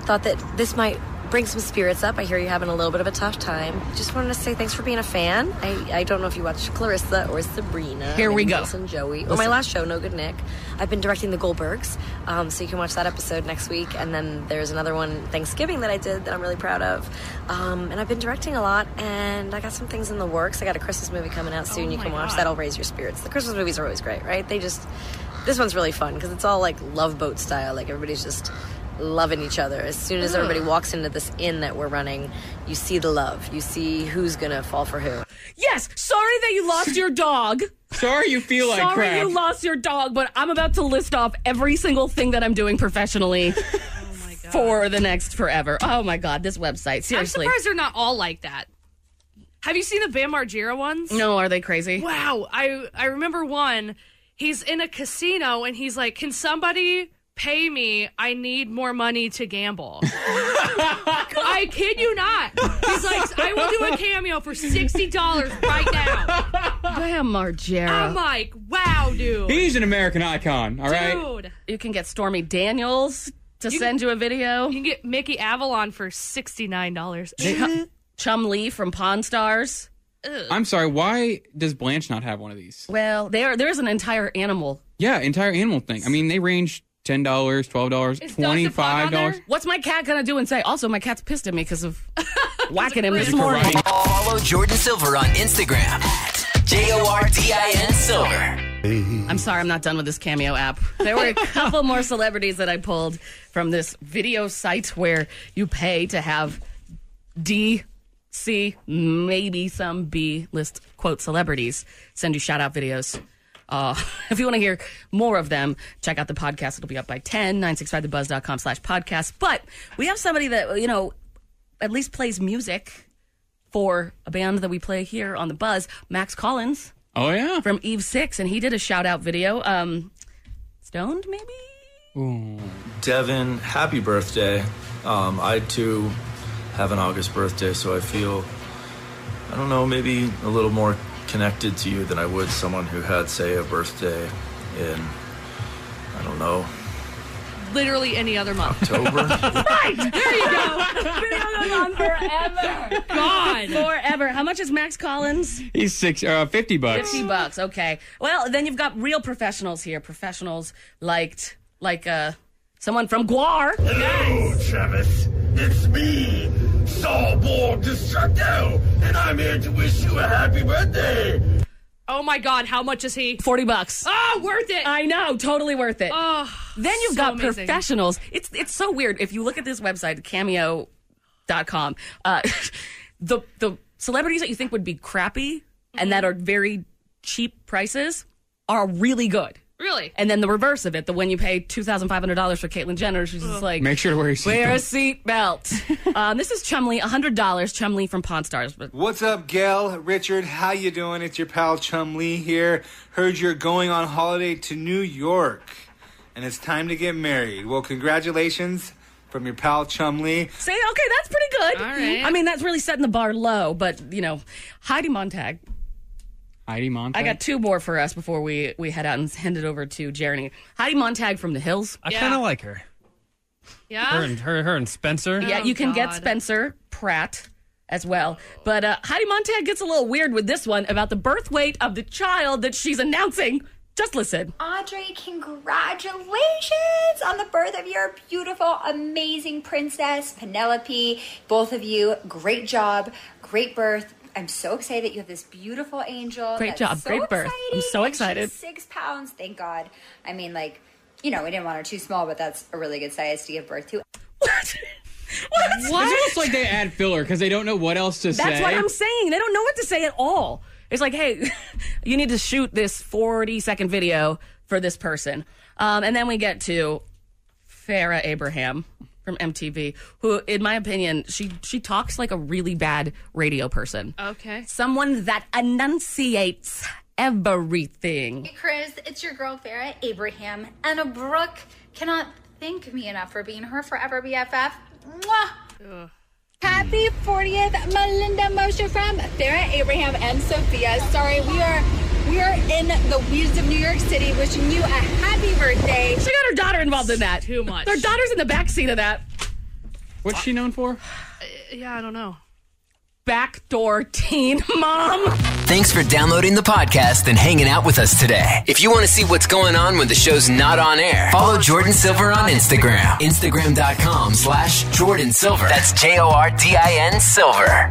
Speaker 25: thought that this might bring some spirits up. I hear you're having a little bit of a tough time. Just wanted to say thanks for being a fan. I, I don't know if you watched Clarissa or Sabrina.
Speaker 2: Here we
Speaker 25: maybe
Speaker 2: go.
Speaker 25: Melissa and Joey. Or my
Speaker 2: Listen.
Speaker 25: last show, No Good Nick. I've been directing The Goldbergs, um, so you can watch that episode next week. And then there's another one, Thanksgiving, that I did that I'm really proud of. Um, and I've been directing a lot, and I got some things in the works. I got a Christmas movie coming out
Speaker 2: Oh
Speaker 25: soon. you
Speaker 26: my
Speaker 25: can watch
Speaker 26: God.
Speaker 25: that'll raise your spirits. The Christmas movies are always great, right? They just this one's really fun because it's all like love boat style. Like everybody's just loving each other. As soon as
Speaker 2: Ugh.
Speaker 25: everybody walks into this inn that we're running, you see the love. You see who's gonna fall for who.
Speaker 2: Yes, sorry that you lost your dog.
Speaker 5: Sorry you feel like
Speaker 2: Sorry
Speaker 5: crap.
Speaker 2: you lost your dog, but I'm about to list off every single thing that I'm doing professionally
Speaker 3: Oh
Speaker 2: for the next forever. Oh my god, this website. Seriously.
Speaker 3: I'm surprised they're not all like that. Have you seen the Bam Margera ones?
Speaker 2: No, are they crazy?
Speaker 3: Wow, I I remember one. He's in a casino and he's like, "Can somebody pay me? I need more money to gamble." I kid you not. He's like, "I will do a cameo for sixty dollars right now."
Speaker 2: Bam
Speaker 3: I'm
Speaker 2: Margera.
Speaker 3: like, "Wow, dude."
Speaker 5: He's an American icon, all right?
Speaker 3: Dude.
Speaker 2: You can get Stormy Daniels to
Speaker 3: You
Speaker 2: send
Speaker 3: can-
Speaker 2: you a video.
Speaker 3: You can get Mickey Avalon for sixty nine dollars.
Speaker 2: Chum, Chum Lee from Pawn Stars.
Speaker 5: I'm sorry, why does Blanche not have one of these?
Speaker 2: Well, there there is an entire animal.
Speaker 5: Yeah, entire animal thing. I mean, they range $10, $12, $25.
Speaker 2: What's my cat gonna do and say? Also, my cat's pissed at me because of whacking him this
Speaker 5: Because of
Speaker 2: morning.
Speaker 6: Follow Jordan Silver on Instagram at J O R D I N Silver.
Speaker 2: I'm sorry, I'm not done with this cameo app. There were a couple more celebrities that I pulled from this video site where you pay to have D, C, maybe some B list quote celebrities send you shout out videos. Uh, if you want to hear more of them, check out the podcast. It'll be up by 10, 965thebuzz.com slash podcast. But we have somebody that, you know, at least plays music for a band that we play here on the Buzz, Max Collins.
Speaker 5: Oh yeah,
Speaker 2: from Eve Six, and he did a shout out video. Um, stoned maybe.
Speaker 7: Devin, happy birthday. Um, I too have an August birthday, so I feel, I don't know, maybe a little more connected to you than I would someone who had, say, a birthday in, I don't know,
Speaker 3: Literally any other month.
Speaker 7: October.
Speaker 2: right there you go. Video goes on forever.
Speaker 3: God.
Speaker 2: forever. How much is Max Collins?
Speaker 5: He's six, uh, 50 bucks.
Speaker 2: Fifty bucks. Okay. Well, then you've got real professionals here. Professionals liked like uh someone from Guar.
Speaker 16: Hello, Travis. Oh, It's me, Sawborg Destructo, and I'm here to wish you a happy birthday.
Speaker 3: Oh my God, how much is he?
Speaker 2: Forty bucks.
Speaker 3: Oh, worth it.
Speaker 2: I know, totally worth it.
Speaker 3: Oh,
Speaker 2: Then you've
Speaker 3: so
Speaker 2: got
Speaker 3: amazing.
Speaker 2: professionals. It's it's so weird. If you look at this website, cameo.com, uh, the the celebrities that you think would be crappy
Speaker 3: Mm-hmm.
Speaker 2: and that are very cheap prices are really good.
Speaker 3: Really?
Speaker 2: And then the reverse of it, the when you pay two thousand five hundred dollars for Caitlyn Jenner, she's just like
Speaker 5: Make sure to wear your
Speaker 2: Wear a
Speaker 5: seatbelt.
Speaker 2: seatbelt. um, this is Chumley, hundred dollars. Chumley from Pawn Stars. But
Speaker 11: What's up, Gail? Richard, how you doing? It's your pal Chum Lee here. Heard you're going on holiday to New York, and it's time to get married. Well, congratulations from your pal Chum Lee.
Speaker 2: say okay, that's pretty good. All
Speaker 3: right.
Speaker 2: I mean, that's really setting the bar low. But you know, Heidi Montag.
Speaker 5: Heidi Montag.
Speaker 2: I got two more for us before we we head out and hand it over to Jeremy. Heidi Montag from the Hills.
Speaker 12: I kind of like her. Her
Speaker 2: yeah. Oh,
Speaker 12: and her, her and Spencer.
Speaker 2: Yeah, you can
Speaker 4: Oh,
Speaker 2: get Spencer Pratt as well. But uh, Heidi Montag gets a little weird with this one about the birth weight of the child that she's announcing. Just listen.
Speaker 14: Audrey, congratulations on the birth of your beautiful, amazing princess, Penelope. Both of you, great job, great birth. I'm so excited that you have this beautiful angel.
Speaker 2: Great
Speaker 14: That's
Speaker 2: job,
Speaker 14: so
Speaker 2: great birth. I'm
Speaker 14: exciting.
Speaker 2: so
Speaker 14: And she's
Speaker 2: excited.
Speaker 14: Six pounds, thank God. I mean, like, you know, we didn't want her too small, but that's a really good size to give birth to.
Speaker 5: It's almost like they add filler because they don't know what else to say.
Speaker 2: That's what I'm saying. They don't know what to say at all. It's like, hey, you need to shoot this 40 second video for this person. Um, and then we get to Farah Abraham from MTV, who, in my opinion, she she talks like a really bad radio person.
Speaker 3: Okay.
Speaker 2: Someone that enunciates everything.
Speaker 14: Hey, Chris, it's your girl Farah Abraham, and a Brooke cannot thank me enough for being her forever BFF. Mwah!
Speaker 26: Happy 40th, Melinda Mosher from Farrah Abraham and Sophia. Sorry, we are we are in the weeds of New York City, wishing you a happy birthday.
Speaker 2: She got her daughter involved in that.
Speaker 3: Too much.
Speaker 2: Their daughter's in the backseat of that.
Speaker 5: What's she known for?
Speaker 3: Yeah, I don't know.
Speaker 2: Backdoor teen mom.
Speaker 6: Thanks for downloading the podcast and hanging out with us today. If you want to see what's going on when the show's not on air, follow Jordan Silver on Instagram. Instagram.com slash Jordan Silver. That's J O R D I N Silver.